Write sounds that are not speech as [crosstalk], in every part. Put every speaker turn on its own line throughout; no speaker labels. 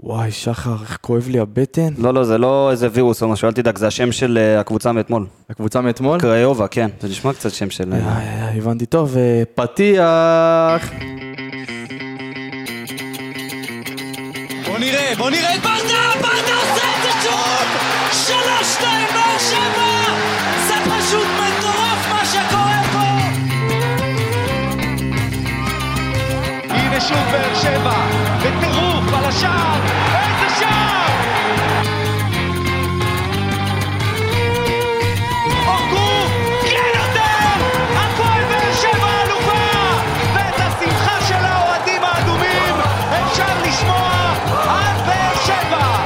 וואי, שחר, איך כואב לי הבטן.
לא, לא, זה לא איזה וירוס או משהו, אל תדאג, זה השם של אה, הקבוצה מאתמול.
הקבוצה מאתמול?
קריובה, כן. זה נשמע קצת שם של... אה,
איי, איי, איי, הבנתי טוב, אה, פתיח.
בוא נראה, בוא נראה את ברדה, ברדה עושה את זה שוב! שלוש, שתיים, באר שבע! זה פשוט מטורף מה שקורה פה!
הנה שוב באר שבע, בטירוף על השער, איזה שער! אורגו, כן נותן! הפועל באר שבע אלופה! ואת השמחה של האוהדים האדומים אפשר לשמוע עד באר שבע!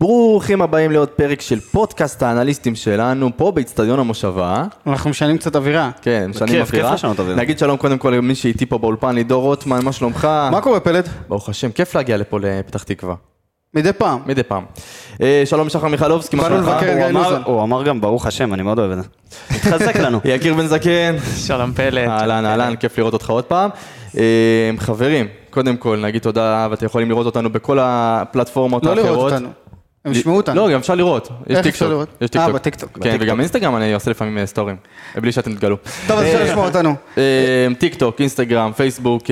ברוכים הבאים לעוד פרק של פודקאסט האנליסטים שלנו, פה באיצטדיון המושבה.
אנחנו משנים קצת אווירה.
כן, משנים
כיף, כיף
אווירה.
לשנות אווירה.
נגיד שלום קודם כל למי שאיתי פה באולפן, לידור רוטמן, מה שלומך?
מה קורה פלד?
ברוך השם, כיף להגיע לפה לפתח תקווה,
מדי פעם.
מדי פעם. אה, שלום שחר מיכלובסקי, מה
באנו
שלומך?
לבקר את
הוא
גיא
אמר-
לוזון.
הוא אמר גם ברוך השם, אני מאוד אוהב את זה. התחזק
[laughs]
לנו.
יקיר בן זקן.
שלום פלט. כן.
אהלן, אהלן, כיף לראות אותך עוד פעם. אה, חברים, קודם כל נגיד תודה, ואתם יכולים לראות אותנו בכל הפלטפורמות
לא
האחרות.
לראות אותנו. הם ישמעו אותנו.
לא, גם אפשר לראות. יש
איך אפשר
טיקטוק.
לראות?
יש טיקטוק.
אה, בטיקטוק.
כן, וגם אינסטגרם אני עושה לפעמים אה, סטורים, בלי שאתם תגלו.
טוב, אז אפשר לשמוע אותנו.
אה, טיקטוק, אינסטגרם, פייסבוק,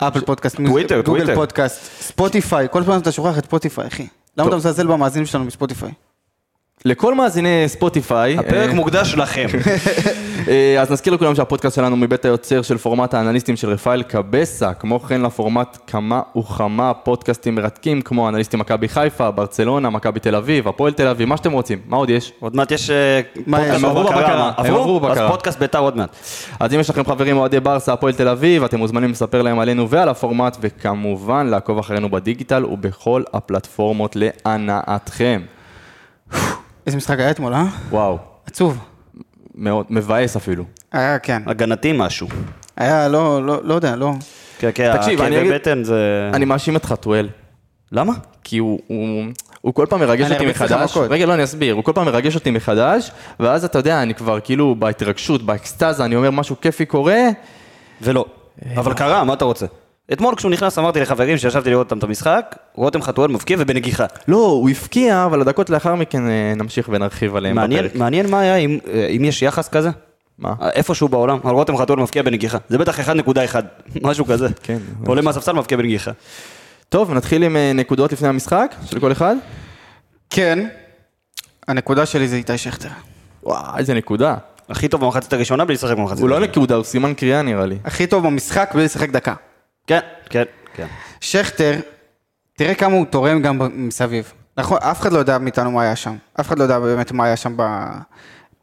אה,
אפל פודקאסט,
טוויטר, טוויטר.
גוגל פודקאסט, ספוטיפיי, כל פעם אתה שוכח את ספוטיפיי, אחי. למה אתה מזלזל במאזינים שלנו מספוטיפיי?
לכל מאזיני ספוטיפיי.
פרק
אה,
מוקדש לכם.
אה, אז נזכיר לכולם שהפודקאסט שלנו מבית היוצר של פורמט האנליסטים של רפאל קבסה, כמו כן לפורמט כמה וכמה פודקאסטים מרתקים, כמו אנליסטים מכבי חיפה, ברצלונה, מכבי תל אביב, הפועל תל אביב, מה שאתם רוצים, מה עוד יש?
עוד מעט יש אה,
מה,
פודקאסט
הם
עברו בבקרה. הם עברו
עברו? אז
בבקרה.
פודקאסט ביתר עוד מעט.
אז אם יש לכם חברים אוהדי ברסה, הפועל תל אביב, אתם מוזמנים לספר להם עלינו ועל הפורמט, וכמובן לעקוב אחרינו בדיגיטל ובכל הפלטפורמות להנאתכם.
איזה משחק היה אתמול, אה?
וואו,
עצוב.
מאוד, מבאס אפילו.
היה, כן.
הגנתי משהו.
היה, לא, לא, לא יודע, לא.
כן, כן,
תקשיב, אני
הכאבי
אגיד-
בטן זה...
אני מאשים את חתואל.
למה?
כי הוא, הוא, הוא כל פעם מרגש
אני
אותי
ארביץ לך
מחדש.
מכות.
רגע, לא, אני אסביר. הוא כל פעם מרגש אותי מחדש, ואז אתה יודע, אני כבר כאילו בהתרגשות, באקסטזה, אני אומר משהו כיפי קורה,
ולא. אבל קרה, מה אתה רוצה? אתמול כשהוא נכנס אמרתי לחברים שישבתי לראות אותם את המשחק, רותם חתואל מבקיע ובנגיחה.
לא, הוא הפקיע, אבל הדקות לאחר מכן אה, נמשיך ונרחיב עליהם
מעניין-
בפרק.
מעניין מה היה אם- אה, אם יש יחס כזה?
מה?
איפשהו בעולם, על רותם חתואל מבקיע בנגיחה. זה בטח 1.1, [laughs] משהו כזה.
כן.
עולה מהספסל מבקיע בנגיחה.
טוב, נתחיל עם אה, נקודות לפני המשחק של כל אחד.
כן, הנקודה שלי זה איתי שכטר.
וואו, איזה נקודה.
הכי טוב במחצית הראשונה בלי לשחק במחצית.
הוא לא
הראשונה.
נקודה, הוא סימן קריאה נראה לי.
הכי טוב במשחק בלי לשחק דקה.
כן, כן, כן.
שכטר, תראה כמה הוא תורם גם ב- מסביב. נכון, אף אחד לא יודע מאיתנו מה היה שם. אף אחד לא יודע באמת מה היה שם ב...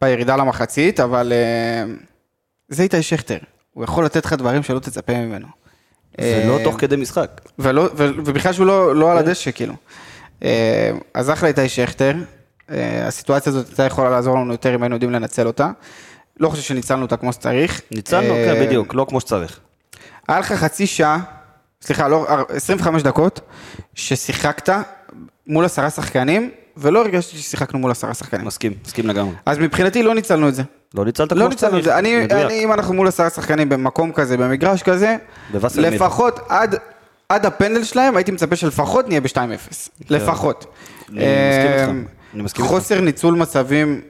בירידה למחצית, אבל אה, זה איתי שכטר. הוא יכול לתת לך דברים שלא תצפה ממנו.
זה
אה,
לא תוך כדי משחק.
ולא, ו, ובכלל שהוא לא, לא על
כן.
הדשא, כאילו. אה, אז אחלה איתי שכטר. אה, הסיטואציה הזאת הייתה יכולה לעזור לנו יותר אם היינו יודעים לנצל אותה. לא חושב שניצלנו אותה כמו שצריך.
ניצלנו,
אה,
כן, בדיוק, לא כמו שצריך.
היה לך חצי שעה, סליחה, לא, 25 דקות, ששיחקת מול עשרה שחקנים, ולא הרגשתי ששיחקנו מול עשרה שחקנים.
מסכים, מסכים לגמרי.
אז מבחינתי לא ניצלנו את זה.
לא ניצלת כמו
לא
שצריך.
ניצלנו את זה. אני,
מדויק.
אני, אם אנחנו מול עשרה שחקנים במקום כזה, במגרש כזה,
בווסרמיל.
לפחות עד... עד הפנדל שלהם הייתי מצפה שלפחות נהיה ב-2-0, לפחות.
כן. אני מסכים איתך.
אמ,
אני מסכים איתך.
חוסר ניצול מצבים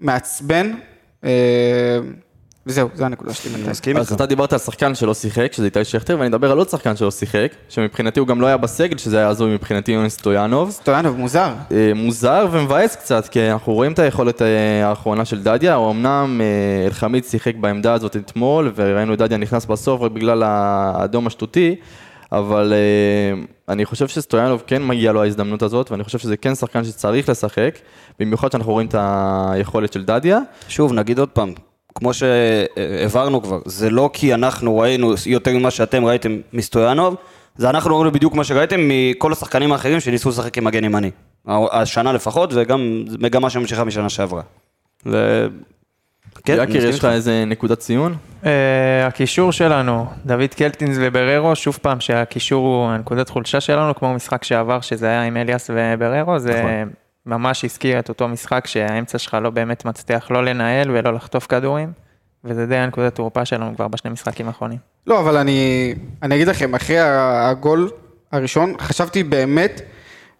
מעצבן, אמ, וזהו, זו הנקודה שלי.
אני
בינתיים.
מסכים
אז
איתך.
אתה דיברת על שחקן שלא שיחק, שזה איתי שכטר, ואני אדבר על עוד שחקן שלא שיחק, שמבחינתי הוא גם לא היה בסגל, שזה היה הזוי מבחינתי יונס סטויאנוב.
סטויאנוב מוזר.
אה, מוזר ומבאס קצת, כי אנחנו רואים את היכולת אה, האחרונה של דדיה, הוא אמנם אה, אלחמיד שיחק בעמדה הזאת אתמול, וראינו את דדיה נכנס בסוף רק בגלל האדום השטותי, אבל אה, אני חושב שסטויאנוב כן מגיע לו ההזדמנות הזאת, ואני חושב שזה כן שחקן שצריך לשחק, במיוחד שאנחנו רואים את היכולת של דדיה.
שוב, נגיד עוד פעם, כמו שהעברנו כבר, זה לא כי אנחנו ראינו יותר ממה שאתם ראיתם מסטויאנוב, זה אנחנו ראינו בדיוק מה שראיתם מכל השחקנים האחרים שניסו לשחק עם מגן ימני. השנה לפחות, וגם זו מגמה שממשיכה משנה שעברה. ו... כן, אני
יקיר,
מסכים
יש לך
איתך.
איזה נקודת ציון?
אה, הקישור שלנו, דוד קלטינס ובררו, שוב פעם שהקישור הוא הנקודת חולשה שלנו, כמו משחק שעבר שזה היה עם אליאס ובררו, זה
נכון.
ממש הזכיר את אותו משחק שהאמצע שלך לא באמת מצליח לא לנהל ולא לחטוף כדורים, וזה די הנקודת תורפה שלנו כבר בשני משחקים האחרונים.
לא, אבל אני, אני אגיד לכם, אחרי ה- הגול הראשון, חשבתי באמת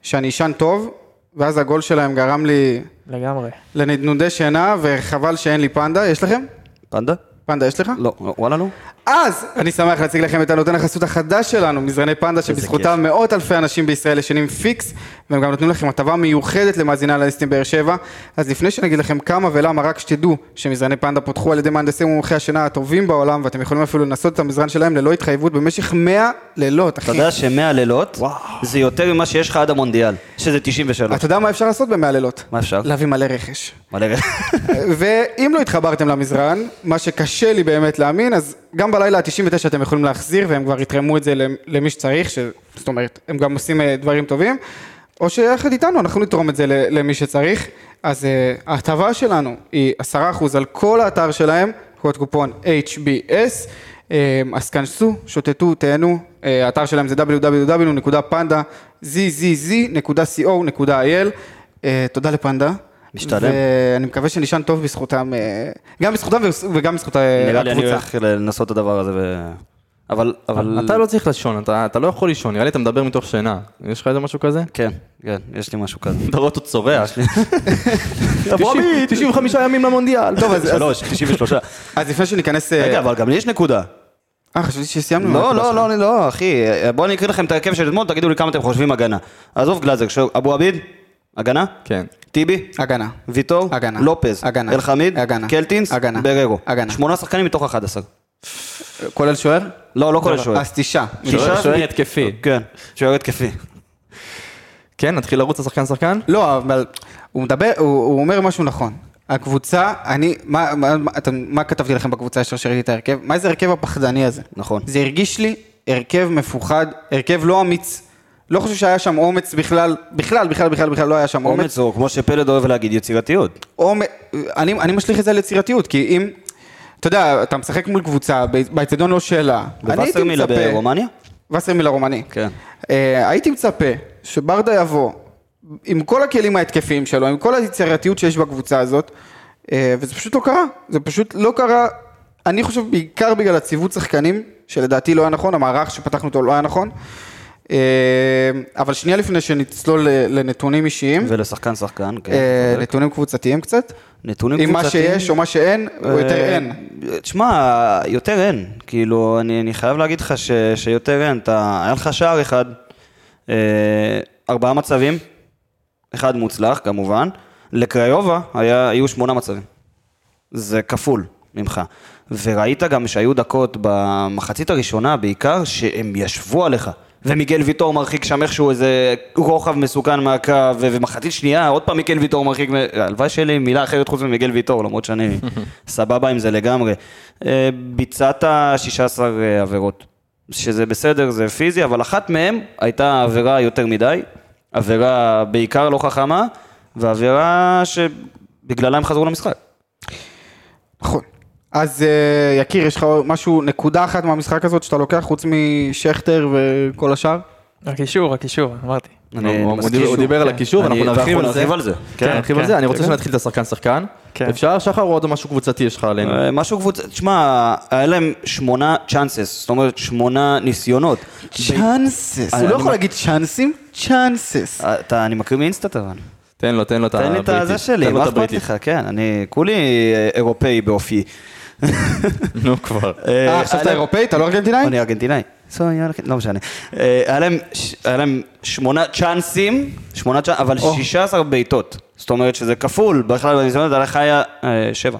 שאני אשן טוב, ואז הגול שלהם גרם לי
לגמרי.
לנדנודי שינה, וחבל שאין לי פנדה, יש לכם?
פנדה?
פנדה יש לך?
לא, לא, וואלה לא.
אז אני שמח להציג לכם את הנותן החסות החדש שלנו, מזרני פנדה, שבזכותם מאות אלפי אנשים בישראל ישנים פיקס, והם גם נותנים לכם הטבה מיוחדת למאזיני הליסטים באר שבע. אז לפני שנגיד לכם כמה ולמה, רק שתדעו שמזרני פנדה פותחו על ידי מהנדסים ומומחי השינה הטובים בעולם, ואתם יכולים אפילו לנסות את המזרן שלהם ללא התחייבות במשך 100 לילות,
אתה
אחי.
יודע שמאה לילות, זה יותר ממה שיש לך עד המונדיאל, שזה 93.
אתה יודע מה אפשר לעשות ב-100 לילות?
מה אפשר?
לא.
להביא מלא רכש.
מלא רגע.
ואם לא התחברתם למזרן, מה שקשה לי באמת להאמין, אז גם בלילה ה-99 אתם יכולים להחזיר, והם כבר יתרמו את זה למ- למי שצריך, ש... זאת אומרת, הם גם עושים אה, דברים טובים, או שיחד איתנו אנחנו נתרום את זה ל- למי שצריך. אז אה, ההטבה שלנו היא 10% על כל האתר שלהם, קוד קופון HBS, אה, אז כנסו, שוטטו, תהנו, אה, האתר שלהם זה www.panda.zzz.co.il, אה, תודה לפנדה.
משתלם.
ואני אה, מקווה שנישן טוב בזכותם, אה, גם בזכותם וס- וגם בזכות אה,
נראה לי אני
הקבוצה.
הולך לנסות את הדבר הזה, ו... אבל, אבל...
אתה לא צריך לישון, אתה אתה לא יכול לישון, נראה לי אתה מדבר מתוך שינה. יש לך איזה משהו כזה?
כן, כן, יש לי משהו כזה.
אתה רואה אותו צורח.
[laughs]
95 ימים למונדיאל. טוב, אז...
שלוש, 93.
אז לפני שניכנס... אה,
רגע, אבל גם לי יש נקודה.
אה, חשבתי שסיימנו.
לא, לא, לא, אני לא, אחי. בואו אני אקריא לכם את ההרכב של אתמול, תגידו לי כמה אתם חושבים הגנה. עזוב גלאזר, שוב, אבו עביד, הגנה?
כן.
טיבי?
הגנה.
ויטור?
הגנה.
לופז?
הגנה.
אלחמיד?
הגנה.
קלטינס?
הגנה.
בררו?
הגנה.
שמונה שחקנים מתוך 11.
כולל שוער? אה,
לא, לא כל השוער.
אז תשעה.
שישה?
שוער התקפי.
כן, שוער התקפי.
כן, נתחיל לרוץ לשחקן שחקן?
לא, אבל הוא מדבר, הוא הוא אומר משהו נכון. הקבוצה, אני, מה- מה- מה- אתם- מה כתבתי לכם בקבוצה ישר שראיתי את ההרכב? מה זה ההרכב הפחדני הזה?
נכון.
זה הרגיש לי הרכב מפוחד, הרכב לא אמיץ. לא חושב שהיה שם אומץ בכלל, בכלל, בכלל, בכלל, בכלל לא היה שם אומץ.
אומץ או כמו שפלד אוהב להגיד, יצירתיות.
או, מ- אני, אני משליך את זה על יצירתיות, כי אם, אתה יודע, אתה משחק מול קבוצה, באצטדיון לא שאלה. אני הייתי
וווסרמילה
מצפה-
ברומניה?
וסרמילה רומני.
כן.
אה, הייתי מצפה שברדה יבוא עם כל הכלים ההתקפיים שלו, עם כל היצירתיות שיש בקבוצה הזאת, אה, וזה פשוט לא קרה. זה פשוט לא קרה, אני חושב בעיקר בגלל הציוות שחקנים, שלדעתי לא היה נכון, המערך שפתחנו אותו לא היה נכון. אה, אבל שנייה לפני שנצלול ל- לנתונים אישיים,
ולשחקן שחקן, כן.
אה,
צודק.
נתונים קבוצתיים קצת.
נתונים
עם מה
קבוצתיים.
שיש או מה שאין, או יותר אין.
אה, תשמע, יותר אין. כאילו, אני, אני חייב להגיד לך ש, שיותר אין. אתה, היה לך שער אחד, אה, ארבעה מצבים, אחד מוצלח כמובן. לקריובה היה, היו שמונה מצבים. זה כפול ממך. וראית גם שהיו דקות במחצית הראשונה בעיקר, שהם ישבו עליך. ומיגל ויטור מרחיק שם איכשהו איזה רוחב מסוכן מהקו, ו- ומחצית שנייה, עוד פעם מיגל ויטור מרחיק, מ- הלוואי שיהיה לי מילה אחרת חוץ ממיגל ויטור, למרות שאני סבבה עם זה לגמרי. אה, ביצעת 16 אה, עבירות, שזה בסדר, זה פיזי, אבל אחת מהן הייתה עבירה יותר מדי, עבירה בעיקר לא חכמה, ועבירה שבגללה הם חזרו למשחק.
נכון. אז אה, יקיר, יש לך משהו, נקודה אחת מהמשחק הזאת שאתה לוקח, חוץ משכטר וכל השאר?
הקישור, הקישור, אמרתי.
אני
הוא- הוא
מסכים.
דיבר- הוא דיבר על
כן.
הקישור,
אני-
אנחנו נרחיב על זה.
על זה.
כן, נתחיל
כן.
על זה, אני רוצה
תגיד.
שנתחיל את השחקן שחקן.
כן.
אפשר, שחר, או עוד משהו קבוצתי יש לך עלינו?
אה, משהו קבוצה, תשמע, היה להם שמונה צ'אנסס, זאת אומרת שמונה ניסיונות.
צ'אנסס.
אני-
הוא לא
אני-
יכול להגיד צ'אנסים? צ'אנסס.
אה, אתה, אני מקריא מאינסטאט אבל.
תן לו, תן לו את
תן לי
הבריטי.
את הזה שלי,
תן לו
מה
את
אכפת
הבריטי.
לך, כן, אני כולי אה, אירופאי באופי.
אה, נו כבר.
אה, עכשיו אתה אירופאי? אתה לא ארגנטינאי?
אוקיי. אני ארגנטינאי. So, yeah, לא משנה. אה, היה להם ש- היה להם שמונה צ'אנסים, שמונה צ'אנסים, אבל 16 בעיטות. זאת אומרת שזה כפול, בכלל בניסיונות הלכה היה אה, שבע.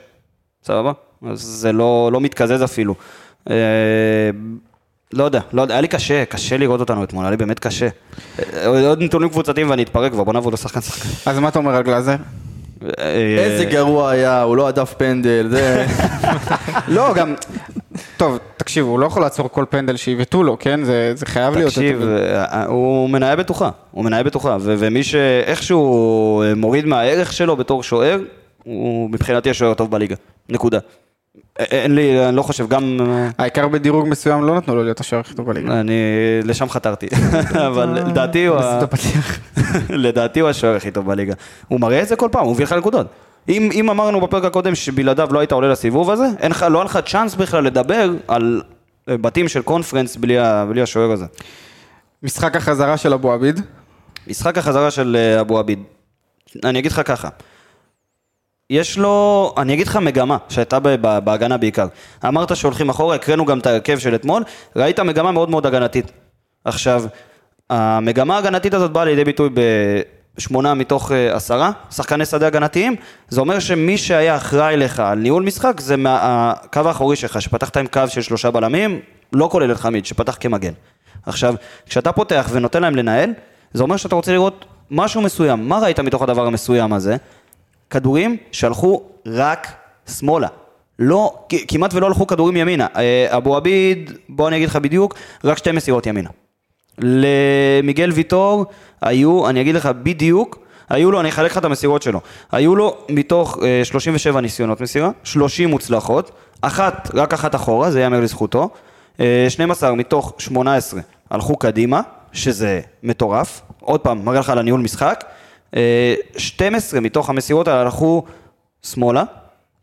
סבבה? אז זה לא לא מתקזז אפילו. אה, לא יודע, לא יודע, היה לי קשה, קשה לראות אותנו אתמול, היה לי באמת קשה. אה, עוד עוד נתונים קבוצתיים ואני אתפרק כבר, בוא נעבור לשחקן שחקן.
אז מה אתה אומר על גלאזר?
אה,
איזה גרוע היה, הוא לא הדף פנדל, זה...
לא, גם... טוב, תקשיב, הוא לא יכול לעצור כל פנדל שיבטאו לו, כן? זה זה חייב להיות...
תקשיב,
יותר-
אה, הוא מניה בטוחה, הוא מניה בטוחה, ו- ומי שאיכשהו אה, מוריד מהערך שלו בתור שוער, הוא מבחינתי השוער הטוב בליגה, נקודה. א- אין לי, אני לא חושב, גם אה,
העיקר בדירוג מסוים לא נתנו לו להיות השוער הכי טוב בליגה.
אני, לשם חתרתי, [laughs] אבל לדעתי הוא, ה- [laughs] לדעתי הוא השוער הכי טוב בליגה. הוא מראה את זה כל פעם, הוא מביא לך נקודות. אם, אם אמרנו בפרק הקודם שבלעדיו לא היית עולה לסיבוב הזה, אין לך, לא היה לך צ'אנס בכלל לדבר על בתים של קונפרנס בלי, ה- בלי השוער הזה.
משחק החזרה של אבו עביד.
משחק החזרה של אה, אבו עביד, אני אגיד לך ככה, יש לו, אני אגיד לך מגמה שהייתה ב- ב- בהגנה בעיקר. אמרת שהולכים אחורה, הקראנו גם את ההרכב של אתמול, ראית מגמה מאוד מאוד הגנתית. עכשיו, המגמה ההגנתית הזאת באה לידי ביטוי בשמונה מתוך אה, עשרה שחקני שדה הגנתיים, זה אומר שמי שהיה אחראי לך על ניהול משחק זה מה- הקו האחורי שלך, שפתחת עם קו של שלושה בלמים, לא כולל אלחמיד, שפתח כמגן. עכשיו, כשאתה פותח ונותן להם לנהל, זה אומר שאתה רוצה לראות משהו מסוים. מה ראית מתוך הדבר המסוים הזה? כדורים שהלכו רק שמאלה. לא, כ- כמעט ולא הלכו כדורים ימינה. אה, אבו עביד, בוא אני אגיד לך בדיוק, רק שתי מסירות ימינה. למיגל ויטור היו, אני אגיד לך בדיוק, היו לו, אני אחלק לך את המסירות שלו, היו לו מתוך אה, 37 ניסיונות מסירה, 30 מוצלחות, אחת, רק אחת אחורה, זה ייאמר לזכותו, אה, 12 מתוך 18 הלכו קדימה, שזה מטורף, עוד פעם, מראה לך על הניהול משחק, אה, 12 מתוך המסירות האלה הלכו שמאלה,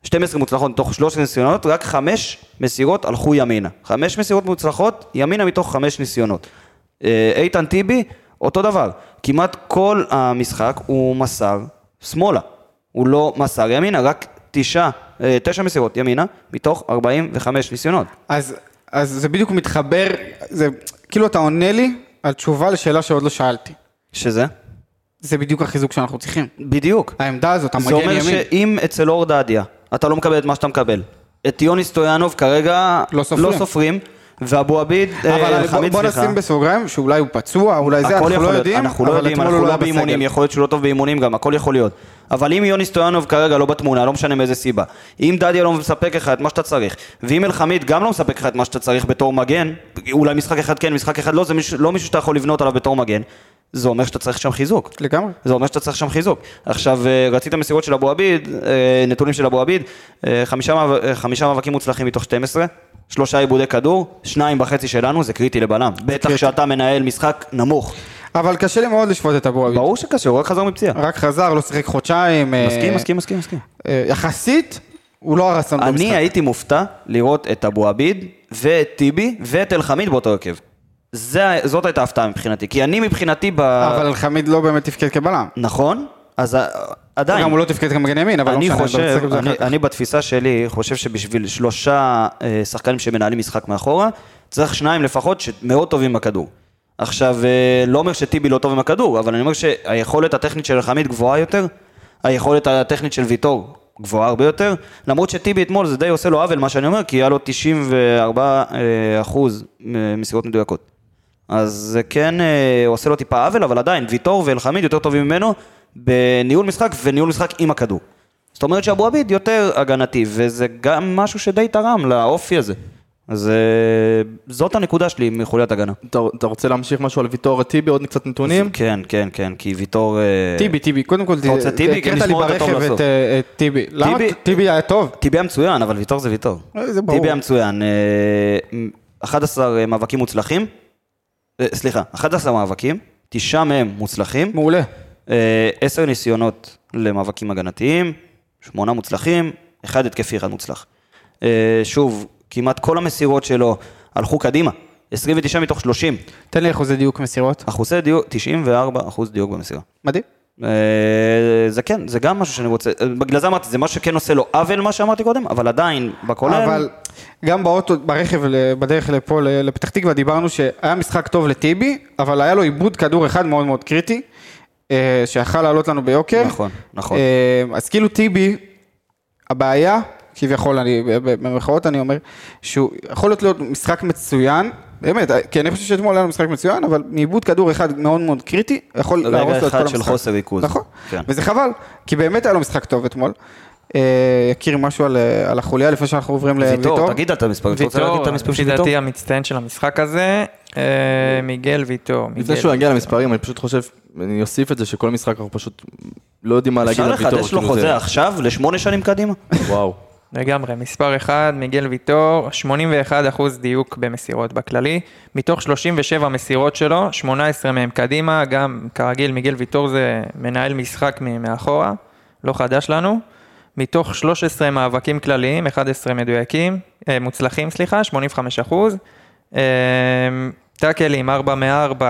12 מוצלחות מתוך 13 ניסיונות, רק 5 מסירות הלכו ימינה. 5 מסירות מוצלחות, ימינה מתוך 5 ניסיונות. אה, איתן טיבי, אותו דבר. כמעט כל המשחק הוא מסר שמאלה. הוא לא מסר ימינה, רק 9, 9 מסירות ימינה מתוך 45 ניסיונות.
אז, אז זה בדיוק מתחבר, זה כאילו אתה עונה לי על תשובה לשאלה שעוד לא שאלתי.
שזה?
זה בדיוק החיזוק שאנחנו צריכים.
בדיוק.
העמדה הזאת,
זה
המגן
אומר
ימין.
שאם אצל אור דדיה אתה לא מקבל את מה שאתה מקבל, את יוני סטויאנוב כרגע
לא סופרים.
לא סופרים ואבו עביד,
אבל
אה,
אני- בוא-
חמיד,
בוא
סליחה.
נשים בסוגריים שאולי הוא פצוע, אולי זה,
הכל
אנחנו
יכול
לא
להיות,
יודעים,
אנחנו לא
אבל
יודעים,
אתמול הוא
אנחנו
לא
לא
היה
באימונים,
בסגל.
יכול להיות שהוא לא טוב באימונים גם, הכל יכול להיות. אבל אם יוני סטויאנוב כרגע לא בתמונה, לא משנה מאיזה סיבה, אם דדיה לא מספק לך את מה שאתה צריך, ואם אלחמיד גם לא מספק לך את מה שאתה צריך בתור מגן, אולי משחק אחד כן, משחק אחד לא, זה מישהו, לא מישהו שאתה יכול לבנות עליו בתור מגן, זה אומר שאתה צריך שם חיזוק.
לגמרי.
זה אומר שאתה צריך שם חיזוק. עכשיו, אה, רצית מסירות של אבו עביד, אה, נתונים של אבו עביד, אה, חמישה מאב- אה, חמישה מאבקים מוצלחים מתוך 12, שלושה עיבודי כדור, שניים וחצי שלנו, זה קריטי לבלם. בטח
קריטי.
כשאתה מנהל משחק נמוך.
אבל קשה לי מאוד לשפוט את אבו עביד.
ברור שקשה, הוא רק חזר מפציעה.
רק חזר, לא שיחק חודשיים. אה,
מסכים, מסכים, מסכים, מסכים.
אה, יחסית, הוא לא הרס לנו
אני הייתי מופתע לראות את אבו עביד ואת טיבי ואת אלחמיד באותו הרכב. זה- זאת הייתה הפתעה מבחינתי, כי אני מבחינתי ב...
אבל אלחמיד לא באמת תפקד כבלם.
נכון? אז ה- עדיין.
גם הוא לא תפקד כמגן ימין, אבל לא
אני
משנה,
חושב,
נתעסק בזה
אני,
אחר כך.
אני בתפיסה שלי חושב שבשביל שלושה אה, שחקנים שמנהלים משחק מאחורה, צריך שניים לפחות שמאוד טובים בכדור. עכשיו, אה, לא אומר שטיבי לא טוב עם הכדור, אבל אני אומר שהיכולת הטכנית של אלחמיד גבוהה יותר, היכולת הטכנית של ויטור גבוהה הרבה יותר, למרות שטיבי אתמול זה די עושה לו עוול מה שאני אומר, כי היה לו 94 אה, אחוז אה, מסירות מדויקות. אז זה כן אה, עושה לו טיפה עוול, אבל עדיין, ויטור ואלחמיד יותר טובים ממנו בניהול משחק וניהול משחק עם הכדור. זאת אומרת שאבו עביד יותר הגנתי, וזה גם משהו שדי תרם לאופי הזה. אז אה, זאת הנקודה שלי מחוליית הגנה.
אתה אתה רוצה להמשיך משהו על ויטור טיבי, עוד קצת נתונים?
כן, כן, כן, כי ויטור... אה,
טיבי, טיבי, קודם כל,
אתה רוצה טיבי? כי
הקראת לי
נשמור אותו טוב
ברכב
לסוף.
את, אה, את טיבי. למה
טיבי-
טיבי היה טוב?
טיבי היה מצוין, אבל ויטור זה ויטור.
אה, זה ברור.
טיבי היה מצוין. אה, 11 מאבקים מוצלחים. אה, סליחה, 11 מאבקים, תשעה מהם מוצלחים.
מעולה.
אה, עשר ניסיונות למאבקים הגנתיים, שמונה מוצלחים, אחד התקפי, אחד מוצלח. אה, שוב, כמעט כל המסירות שלו הלכו קדימה, 29 מתוך 30,
תן לי אחוזי דיוק מסירות.
אחוזי דיוק, 94 אחוז דיוק במסירה.
מדהים.
אה, זה כן, זה גם משהו שאני רוצה, אה, בגלל זה אמרתי, זה משהו שכן עושה לו עוול מה שאמרתי קודם, אבל עדיין, בכולל,
אבל גם באוטו, ברכב, ל- בדרך לפה, ל- לפתח תקווה, דיברנו שהיה משחק טוב לטיבי, אבל היה לו עיבוד כדור אחד מאוד מאוד קריטי, אה, שיכל לעלות לנו ביוקר.
נכון, נכון.
אה, אז כאילו טיבי, הבעיה, כביכול, אני, במרכאות אני אומר, שהוא יכול להיות להיות משחק מצוין. באמת, אה, כי אני חושב שאתמול היה לנו משחק מצוין, אבל מעיבוד כדור אחד מאוד מאוד קריטי, יכול
רגע
להרוס לו את כל המשחק.
אחד של חוסר ריכוז.
נכון,
כן.
וזה חבל, כי באמת היה לו משחק טוב אתמול. אה, יקיר משהו על, אה, על החוליה לפני שאנחנו עוברים לויטור.
ויטור, תגיד את המספרים, אתה רוצה להגיד את
ויטור,
המספרים
לפי
של ויטור?
דעתי המצטיין של המשחק הזה, אה, מיגל ויטור.
לפני
מיגל.
שהוא יגיע למספרים, אני פשוט חושב, אני אוסיף את זה שכל משחק אנחנו פשוט לא יודעים מה להגיד
אפשר
על ויטור.
לחדש לו
כאילו זה-
חוזה עכשיו לשמונה שנים קדימה?
וואו.
לגמרי, מספר 1, מיגל ויטור, 81% דיוק במסירות בכללי. מתוך 37 מסירות שלו, 18 מהם קדימה, גם כרגיל מיגל ויטור זה מנהל משחק מ- מאחורה, לא חדש לנו. מתוך 13 מאבקים כלליים, 11 מדויקים, אה, מוצלחים, סליחה, 85 אחוז. אה, טאקלים, 4 מ-4,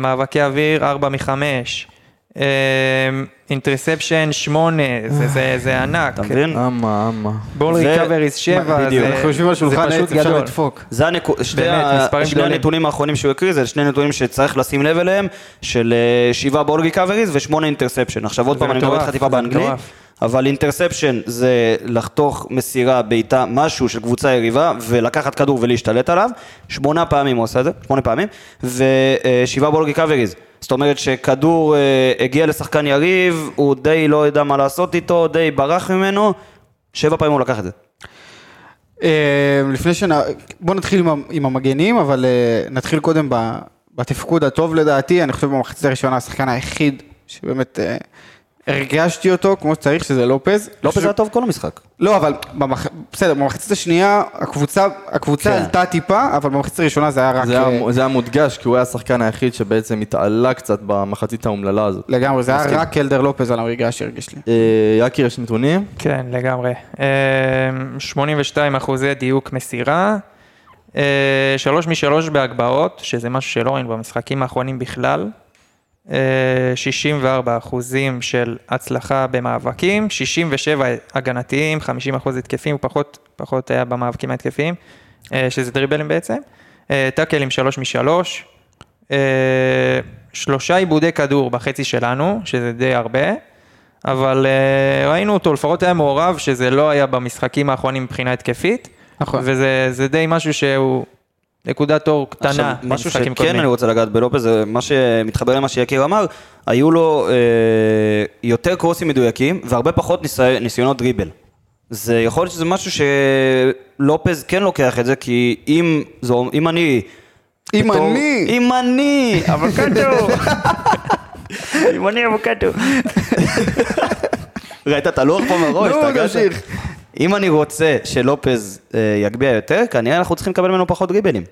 מאבקי אוויר, 4 מ-5. אינטרספשן 8, זה- זה- זה ענק.
אתה
אה,
מבין?
אמה, אמה.
בול
זה-
ריקאבריז 7,
בדיוק, אנחנו יושבים על שולחן
זה
עץ,
פשוט
אפשר
גדול.
לדפוק.
זה הנקו... שתי,
באמת,
ה...
מספרים
שני
גדולים.
הנתונים האחרונים שהוא הקריא, זה שני נתונים שצריך לשים לב אליהם, של אה, שבעה בול ריקאבריז ושמונה אינטרספשן. עכשיו עוד
זה
פעם, אני מדבר
מטורף,
איתך טיפה
זה
באנגלית,
מטורף.
אבל אינטרספשן זה לחתוך מסירה, בעיטה, משהו של קבוצה יריבה, ולקחת כדור ולהשתלט עליו. שמונה פעמים הוא עשה את זה, שמונה פעמים, ושבעה בול ריקאבריז. זאת אומרת שכדור אה, הגיע לשחקן יריב, הוא די לא ידע מה לעשות איתו, די ברח ממנו, שבע פעמים הוא לקח את זה.
אה, לפני שנ... בוא נתחיל עם ה- עם המגנים, אבל אה, נתחיל קודם ב- בתפקוד הטוב לדעתי, אני חושב במחצית הראשונה השחקן היחיד שבאמת אה, הרגשתי אותו כמו שצריך, שזה לופז.
לופז היה טוב לא כל המשחק.
לא, אבל במח... בסדר, במחצית השנייה הקבוצה, הקבוצה
כן.
עלתה טיפה, אבל במחצית הראשונה זה היה רק...
זה
אה,
היה- זה היה מודגש, כי הוא היה השחקן היחיד שבעצם התעלה קצת במחצית האומללה הזאת.
לגמרי, זה היה רק אלדר לופז על המגרש שהרגיש לי.
אה, יקיר, יש נתונים?
כן, לגמרי. אה, 82 אחוזי דיוק מסירה, אה, שלוש משלוש בהגבהות, שזה משהו שלא ראינו במשחקים האחרונים בכלל. אה, 64 אחוזים של הצלחה במאבקים, 67 הגנתיים, 50 אחוז התקפים, הוא פחות, פחות היה במאבקים ההתקפיים, אה, שזה דריבלים בעצם. אה, טאקלים 3 משלוש, אה, שלושה עיבודי כדור בחצי שלנו, שזה די הרבה, אבל אה, ראינו אותו, לפחות היה מעורב, שזה לא היה במשחקים האחרונים מבחינה התקפית,
נכון.
וזה זה די משהו שהוא נקודת אור קטנה
משהו
במשחקים
שכן
קודמים.
אני רוצה לגעת בלופז, זה מה שמתחבר למה שיקיר אמר, היו לו אה, יותר קרוסים מדויקים והרבה פחות ניסי, ניסיונות דריבל. זה יכול להיות שזה משהו שלופז כן לוקח את זה, כי אם, זו, אם אני...
אם
בתור-
אני...
אם אני!
[laughs]
אבוקדו! כן, אם אני אבוקדו. ראית את הלוח לא פה מראש?
נו,
הסתכלת?
תמשיך.
אם אני רוצה שלופז אה, יגביה יותר, כנראה אנחנו צריכים לקבל ממנו פחות דריבלים.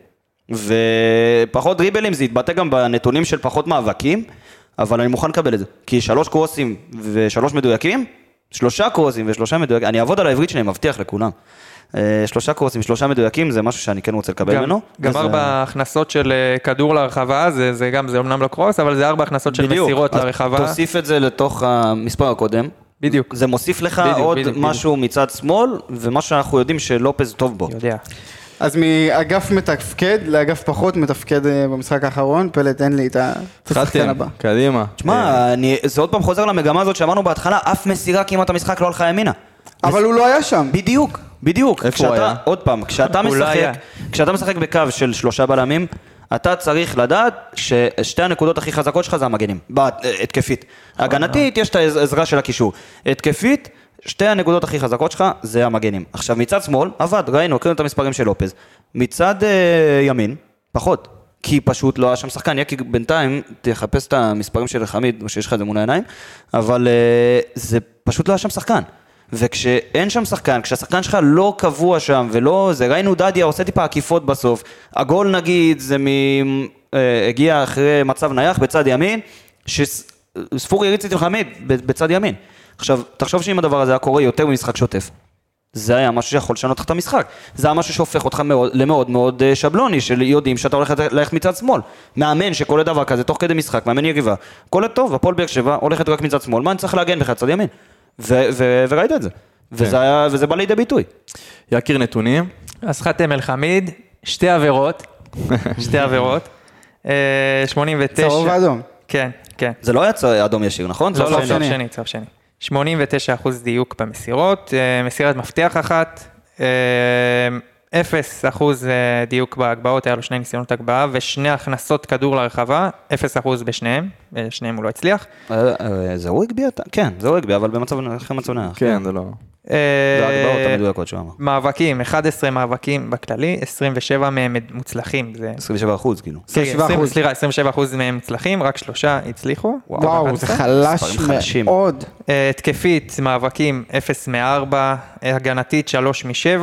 ופחות דריבלים זה יתבטא גם בנתונים של פחות מאבקים, אבל אני מוכן לקבל את זה. כי שלוש קרוסים ושלוש מדויקים, שלושה קרוסים ושלושה מדויקים, אני אעבוד על העברית שלי, אני מבטיח לכולם. אה, שלושה קרוסים ושלושה מדויקים זה משהו שאני כן רוצה לקבל
גם,
ממנו.
גם
וזה-
ארבע הכנסות של אה, כדור להרחבה, זה, זה גם, זה אמנם לא קרוס, אבל זה ארבע הכנסות של
בדיוק.
מסירות
אז
לרחבה.
תוסיף את זה לתוך המספר הקודם.
בדיוק.
זה מוסיף לך
בדיוק,
עוד
בדיוק, בדיוק.
משהו מצד שמאל, ומשהו שאנחנו יודעים שלופז טוב בו.
יודע.
אז מאגף מתפקד לאגף פחות מתפקד אה, במשחק האחרון, פלט אין לי את ה- את השחקן הבא.
התחלתם, קדימה.
אה.
תשמע, אני- זה עוד פעם חוזר למגמה הזאת שאמרנו בהתחלה, אף מסירה כמעט המשחק לא הלכה ימינה.
אבל הוא לא היה שם.
בדיוק, בדיוק.
איפה הוא
כשאתה-
היה?
עוד פעם, כשאתה
הוא לא
משחק,
היה.
כשאתה משחק בקו של שלושה בלמים, אתה צריך לדעת ששתי הנקודות הכי חזקות שלך זה המגנים, בת- אה, התקפית. הגנתית, יש את העזרה של הקישור. התקפית, שתי הנקודות הכי חזקות שלך זה המגנים. עכשיו, מצד שמאל, עבד, ראינו, הקראנו את המספרים של לופז. מצד אה, ימין, פחות. כי פשוט לא היה שם שחקן, יקי בינתיים, תחפש את המספרים של חמיד, או שיש לך את זה מול העיניים, אבל אה, זה פשוט לא היה שם שחקן. וכשאין שם שחקן, כשהשחקן שלך לא קבוע שם ולא זה, ראינו דדיה עושה טיפה עקיפות בסוף, הגול נגיד זה מ... אה, הגיע אחרי מצב נייח בצד ימין, שספורי הריץ את חמיד ב- בצד ימין. עכשיו, תחשוב שאם הדבר הזה היה קורה יותר במשחק שוטף, זה היה משהו שיכול לשנות לך את המשחק. זה היה משהו שהופך אותך מאוד, למאוד מאוד אה, שבלוני, של יודעים שאתה הולך לת- ללכת מצד שמאל. מאמן שקולט דבר כזה תוך כדי משחק, מאמן יריבה, קולט טוב, הפועל באר שבע הולכת רק מצד שמאל, מה אני צריך להגן בכלל צד ימין? ו- ו- וראית את זה. וזה, היה, וזה בא לידי ביטוי.
יקיר, נתונים?
אז חתם אל חמיד, שתי
[laughs]
עבירות, שתי עבירות. אה, 89...
צהוב ואדום.
כן, כן.
זה לא היה צ- אדום ישיר, נכון?
לא,
צהוב
לא,
שני.
צהוב שני, צהוב שני. 89 אחוז דיוק במסירות, אה, מסירת מפתח אחת, אה, 0 אחוז אה, דיוק בהגבהות, היה לו שני ניסיונות הגבהה ושני הכנסות כדור לרחבה, 0 אחוז בשניהם, אה, שניהם הוא לא הצליח.
אה, אה, זה הוא הגביה? את ה- כן, זה הוא הגביה, אבל במצב אחרי מצב נייח.
כן, זה לא...
זה ההגבהות המדויקות שהוא אמר.
אה, מאבקים, 11 מאבקים בכללי, 27 מהם מוצלחים. זה...
27 אחוז, כאילו.
כן,
27%.
20, סליחה, 27 אחוז מהם מוצלחים, רק שלושה הצליחו.
וואו, זה
11.
חלש
מספרים חלשים.
מאוד.
אה, התקפית, מאבקים, 0 מ-4, הגנתית, 3 מ-7.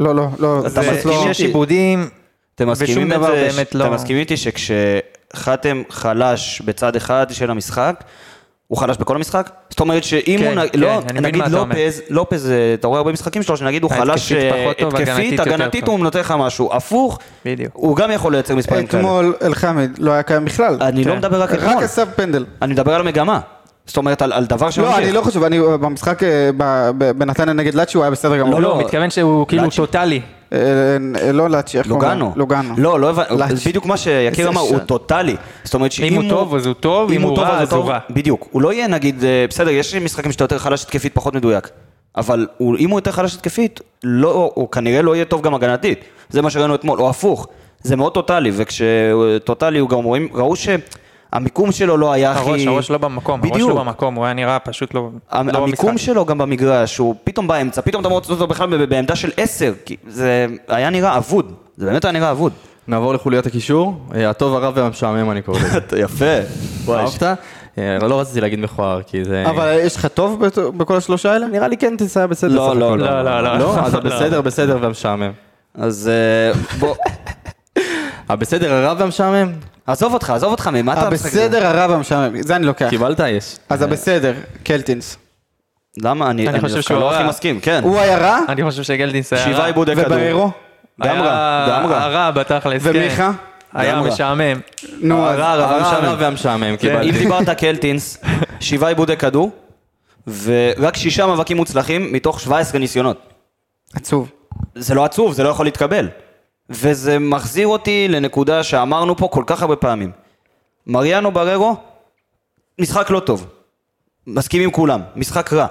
לא, לא, לא.
אתה
זה-
מסכים
אם
איתי?
יש עיבודים,
אתם מסכימים
ושום
את
דבר
זה,
באמת
אתם
לא-
מסכימים איתי שכשחתם חלש בצד אחד של המשחק, הוא חלש בכל המשחק? זאת אומרת שאם
כן,
הוא, נ-
כן,
לא,
אני מבין
נגיד
מה אתה אומר.
לופז, לופז, אה, אתה רואה הרבה משחקים שלו, שנגיד הוא חלש
ההתקפית
אה,
פחות טוב, הגנתית
התקפית,
יותר
הגנתית
טוב.
הוא נותן לך משהו, הפוך,
בדיוק.
הוא גם יכול לייצר מספרים כאלה.
אתמול אלחמד לא היה קיים בכלל.
אני לא מדבר רק
רק
אתמול,
עשה פנדל.
אני מדבר על מגמה. זאת אומרת, על על דבר שממשיך.
לא, אני לא חושב, אני במשחק אה, ב- ב- בנתניה נגד לאצ'י הוא היה בסדר גמור.
לא,
לא.
הוא מתכוון שהוא כאילו
לאצ'י.
טוטאלי.
אה, אה, לא לאצ'י, איך קוראים לו?
לוגנו.
לוגנו.
לא, לא הבנתי,
לאצ'י.
זה בדיוק מה שיקיר
איזה
אמר, הוא
ש-
טוטאלי. זאת אומרת שאם
הוא טוב, אז הוא טוב, אם הוא רע,
טוב,
אז הוא
טוב.
רע.
בדיוק. הוא לא יהיה נגיד, אה, בסדר, יש משחקים שאתה יותר חלש התקפית, פחות מדויק. אבל הוא- אם הוא יותר חלש התקפית, לא- הוא כנראה לא יהיה טוב גם הגנתית. זה מה שראינו אתמול, או הפוך. זה מאוד טוטאלי, וכשטוטאלי הוא גם רואים, ראו שהמיקום שלו לא היה הכי...
הראש, הראש לא במקום, הראש
בדיוק.
לא במקום, הוא היה נראה פשוט לא...
המ-
לא
המיקום
במשחק.
שלו גם במגרש, הוא פתאום באמצע, פתאום אתה מוצא אותו בכלל ב- בעמדה של עשר, כי זה היה נראה אבוד, זה באמת היה נראה אבוד.
נעבור לחוליית הקישור, אה, הטוב, הרע והמשעמם אני קורא
[laughs]
לזה.
יפה.
אהבת? אה, לא רציתי להגיד מכוער, כי זה...
אבל יש לך טוב בת- בכל השלושה האלה?
נראה לי כן תסייע בסדר.
לא,
סך
לא,
הכל.
לא, לא, לא.
לא, אז
לא.
הבסדר, בסדר והמשעמם.
אז אה, בוא,
הבסדר, הרע והמשעמם?
עזוב אותך, עזוב אותך, ממה
אה,
אתה משחק?
הבסדר הרע והמשעמם, זה אני לוקח.
קיבלת? יש.
אז הבסדר, קלטינס.
למה? אני
אני
אני
חושב
דווקא
שהוא
לא
הרע.
הכי מסכים, כן.
הוא היה רע,
אני חושב שגלדינס היה...
שבעה
רע.
עיבודי כדור.
ובררו,
גם רע, גם רע.
הרע בתכלס, כן.
ומיכה?
היה
גם רע.
משעמם.
אה,
נו, אז...
הרע, הרע,
הרע
והמשעמם.
הרע והמשעמם,
אם
קיבלתי.
דיברת קלטינס, שבעה עיבודי כדור, ורק שישה מאבקים מוצלחים מתוך 17 ניסיונות.
עצוב.
זה לא עצוב, זה לא יכול להתקבל. וזה מחזיר אותי לנקודה שאמרנו פה כל כך הרבה פעמים. מריאנו בררו, משחק לא טוב. מסכים עם כולם, משחק רע.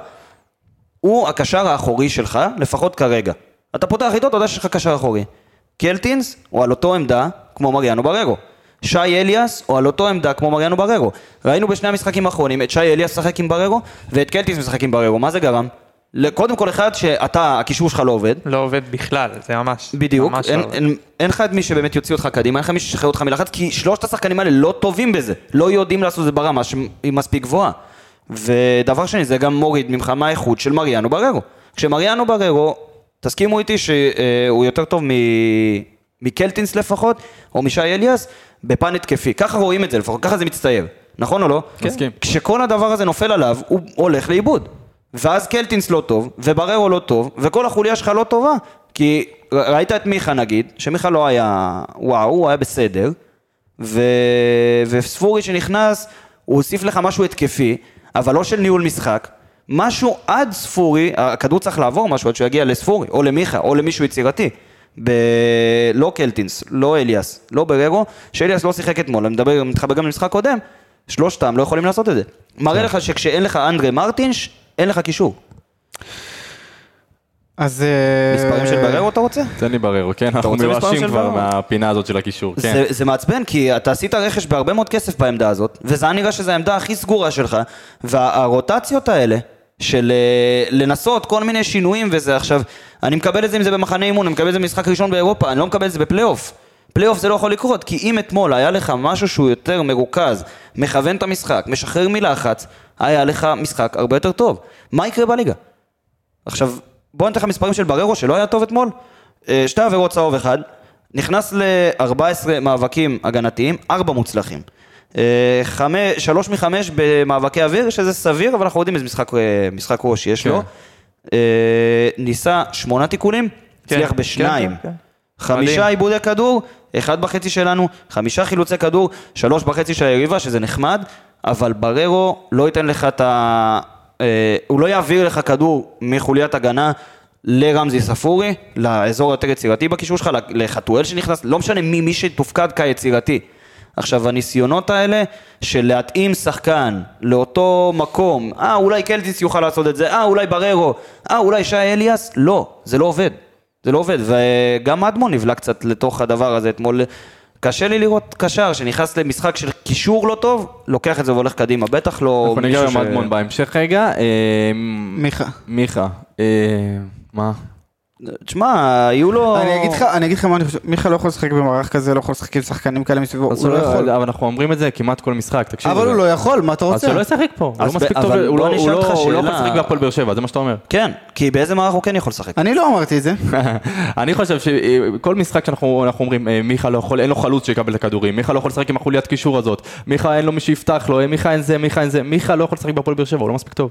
הוא הקשר האחורי שלך, לפחות כרגע. אתה פותח איתו, אתה יודע שיש לך קשר אחורי. קלטינס, הוא על אותו עמדה כמו מריאנו בררו. שי אליאס, הוא על אותו עמדה כמו מריאנו בררו. ראינו בשני המשחקים האחרונים את שי אליאס משחק עם בררו, ואת קלטינס משחק עם בררו. מה זה גרם? קודם כל אחד שאתה, הקישור שלך לא עובד,
לא עובד בכלל, זה ממש...
בדיוק,
ממש
אין-
לא עובד.
אין- אין לך את מי שבאמת יוציא אותך קדימה, אין לך מי שישחרר אותך מלחץ, כי שלושת השחקנים האלה לא טובים בזה, לא יודעים לעשות את זה ברמה שהיא מספיק גבוהה. ודבר שני, זה גם מוריד ממך מהאיכות של מריאנו בררו. כשמריאנו בררו, תסכימו איתי שהוא יותר טוב מ... מקלטינס לפחות, או משי אליאס, בפן התקפי. ככה רואים את זה לפחות, ככה זה מצטייב. נכון או לא?
מסכים.
כשכל הדבר הזה נופל עליו, הוא הולך לאיבוד. ואז קלטינס לא טוב, ובררו לא טוב, וכל החוליה שלך לא טובה. כי ר- ראית את מיכה נגיד, שמיכה לא היה וואו, הוא היה בסדר, ו... וספורי שנכנס, הוא הוסיף לך משהו התקפי, אבל לא של ניהול משחק. משהו עד ספורי, הכדור צריך לעבור משהו עד שהוא יגיע לספורי, או למיכה, או למישהו יצירתי. ב... לא קלטינס, לא אליאס, לא בררו, שאליאס לא שיחק אתמול, אני מדבר, מתחבר גם למשחק קודם, שלושתם לא יכולים לעשות את זה. מראה לך שכשאין לך אנדרי מרטינש, אין לך קישור.
אז... אה,
מספרים של בררו אתה רוצה?
תן לי בררו, כן? אנחנו
רוצה מספר
מיואשים
של
כבר
בררו?
מהפינה הזאת של הקישור, כן.
זה, זה מעצבן, כי אתה עשית רכש בהרבה מאוד כסף בעמדה הזאת, וזה היה נראה שזו העמדה הכי סגורה שלך, והרוטציות האלה, של אה, לנסות כל מיני שינויים וזה עכשיו, אני מקבל את זה אם זה במחנה אימון, אני מקבל את זה במשחק ראשון באירופה, אני לא מקבל את זה בפלייאוף. פלייאוף זה לא יכול לקרות, כי אם אתמול היה לך משהו שהוא יותר מרוכז, מכוון את המשחק, משחרר מלחץ, היה לך משחק הרבה יותר טוב. מה יקרה בליגה? עכשיו, בוא נתן לך מספרים של בררו שלא היה טוב אתמול. אה, שתי עבירות צהוב אחד, נכנס ל-14 מאבקים הגנתיים, 4 מוצלחים. אה, 3 מ-5 במאבקי אוויר, שזה סביר, אבל אנחנו יודעים איזה משחק, אה, משחק ראש
כן.
יש לו. אה, ניסה 8 תיקולים, הצליח
כן,
בשניים.
כן, כן.
חמישה
מדהים.
עיבודי כדור, אחד בחצי שלנו, חמישה חילוצי כדור, שלוש בחצי של היריבה, שזה נחמד, אבל בררו לא ייתן לך את ה... אה, הוא לא יעביר לך כדור מחוליית הגנה לרמזי ספורי, לאזור היותר יצירתי בקישור שלך, לחתואל שנכנס, לא משנה מי, מי שתופקד כיצירתי. עכשיו, הניסיונות האלה של להתאים שחקן לאותו מקום, אה, אולי קלטיס יוכל לעשות את זה, אה, אולי בררו, אה, אולי שי אליאס, לא, זה לא עובד. זה לא עובד, וגם אדמון נבלע קצת לתוך הדבר הזה אתמול. קשה לי לראות קשר שנכנס למשחק של קישור לא טוב, לוקח את זה והולך קדימה, בטח לא
אנחנו ניגע במדמון בהמשך רגע. אה,
מיכה.
מיכה. אה, מה?
תשמע, היו לו...
אני אגיד לך, אני אגיד לך מה אני חושב, מיכה לא יכול לשחק במערך כזה, לא יכול לשחק עם שחקנים כאלה מסביבו,
אז הוא לא יכול, אבל אנחנו אומרים את זה כמעט כל משחק, תקשיב.
אבל הוא לא יכול, מה אתה
אז
רוצה?
שלא ישחק פה, הוא
אז
לא מספיק
ב-
טוב,
אבל
הוא
בוא
לא
אני
הוא
אשאל
לא-
אותך
הוא לא יכול
שאלה.
לשחק בהפועל באר שבע, זה מה שאתה אומר.
כן, כי באיזה מערך הוא כן יכול לשחק?
אני לא אמרתי את זה.
אני חושב שכל משחק שאנחנו אנחנו אומרים, אה, מיכה לא יכול, אין לו חלוץ שיקבל את הכדורים, מיכה לא יכול לשחק עם החוליית קישור הזאת, מיכה אין לו מי שיפתח לו, אה, מיכה אין זה, מיכה אין זה, מיכה לא יכול לשחק בהפועל באר שבע, הוא לא מספיק טוב.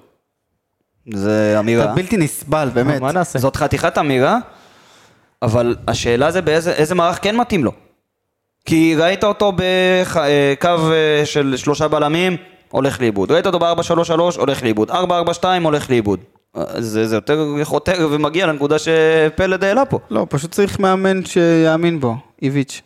זה
אתה
אמירה.
בלתי נסבל, באמת.
מה נעשה?
זאת חתיכת אמירה, אבל השאלה זה באיזה איזה מערך כן מתאים לו. כי ראית אותו בקו אה, של שלושה בלמים, הולך לאיבוד. ראית אותו ב-4-3-3, הולך לאיבוד. 4-4-2, הולך לאיבוד. אה, זה, זה יותר חותר ומגיע לנקודה שפלד העלה פה.
לא, פשוט צריך מאמן שיאמין בו, איביץ'.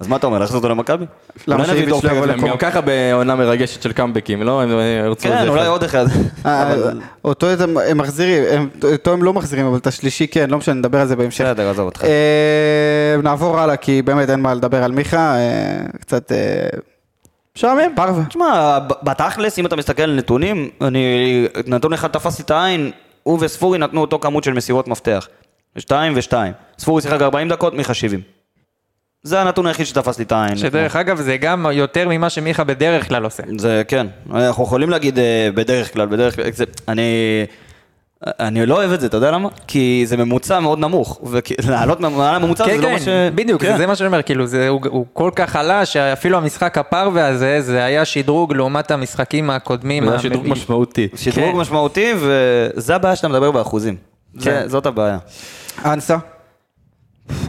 אז מה אתה אומר, להחזיר אותו למכבי?
למה
אולי נביא
שאיביץ'
דור
לא
פרץ.
יבוא
הם גם
לקום?
ככה בעונה מרגשת של קאמבקים, לא? הם אה, ירצו את
כן,
זה
אולי
אחד.
עוד אחד.
אה,
אבל-
אותו הם- הם מחזירים, הם- אותו הם לא מחזירים, אבל את השלישי כן, לא משנה, נדבר על זה בהמשך.
בסדר, עזוב אותך.
אה, נעבור הלאה, כי באמת אין מה לדבר על מיכה, אה, קצת... אה, משעמם. פרווה.
תשמע, ב- בתכלס, אם אתה מסתכל על נתונים, אני, נתון אחד תפס לי את העין, הוא וספורי נתנו אותו כמות של מסירות מפתח. שתיים ושתיים. ספורי שיחק 40 דקות, מיכה 70. זה הנתון היחיד שתפס לי את העין.
שדרך אגב זה גם יותר ממה שמיכה בדרך כלל עושה.
זה כן, אנחנו יכולים להגיד אה, בדרך כלל, בדרך כלל, זה, אני, אני לא אוהב את זה, אתה יודע למה? כי זה ממוצע מאוד נמוך, [laughs] ולעלות מעל הממוצע
כן,
זה לא מה ש...
כן, בדיוק,
כן.
זה מה שאני אומר, כאילו, זה- הוא- הוא כל כך עלה, שאפילו המשחק הפרווה הזה, זה היה שדרוג לעומת המשחקים הקודמים.
זה היה
המב-
שדרוג משמעותי.
שדרוג
כן.
משמעותי, וזה הבעיה שאתה מדבר באחוזים.
כן.
זה, זאת הבעיה.
אנסה.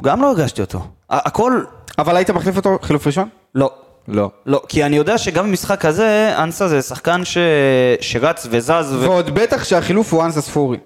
גם לא הרגשתי אותו. ה- הכל,
אבל היית מחליף אותו חילוף ראשון?
לא.
לא.
לא, כי אני יודע שגם במשחק הזה, אנסה זה שחקן ש... שרץ וזז, ו...
ועוד בטח שהחילוף הוא אנסה ספורי.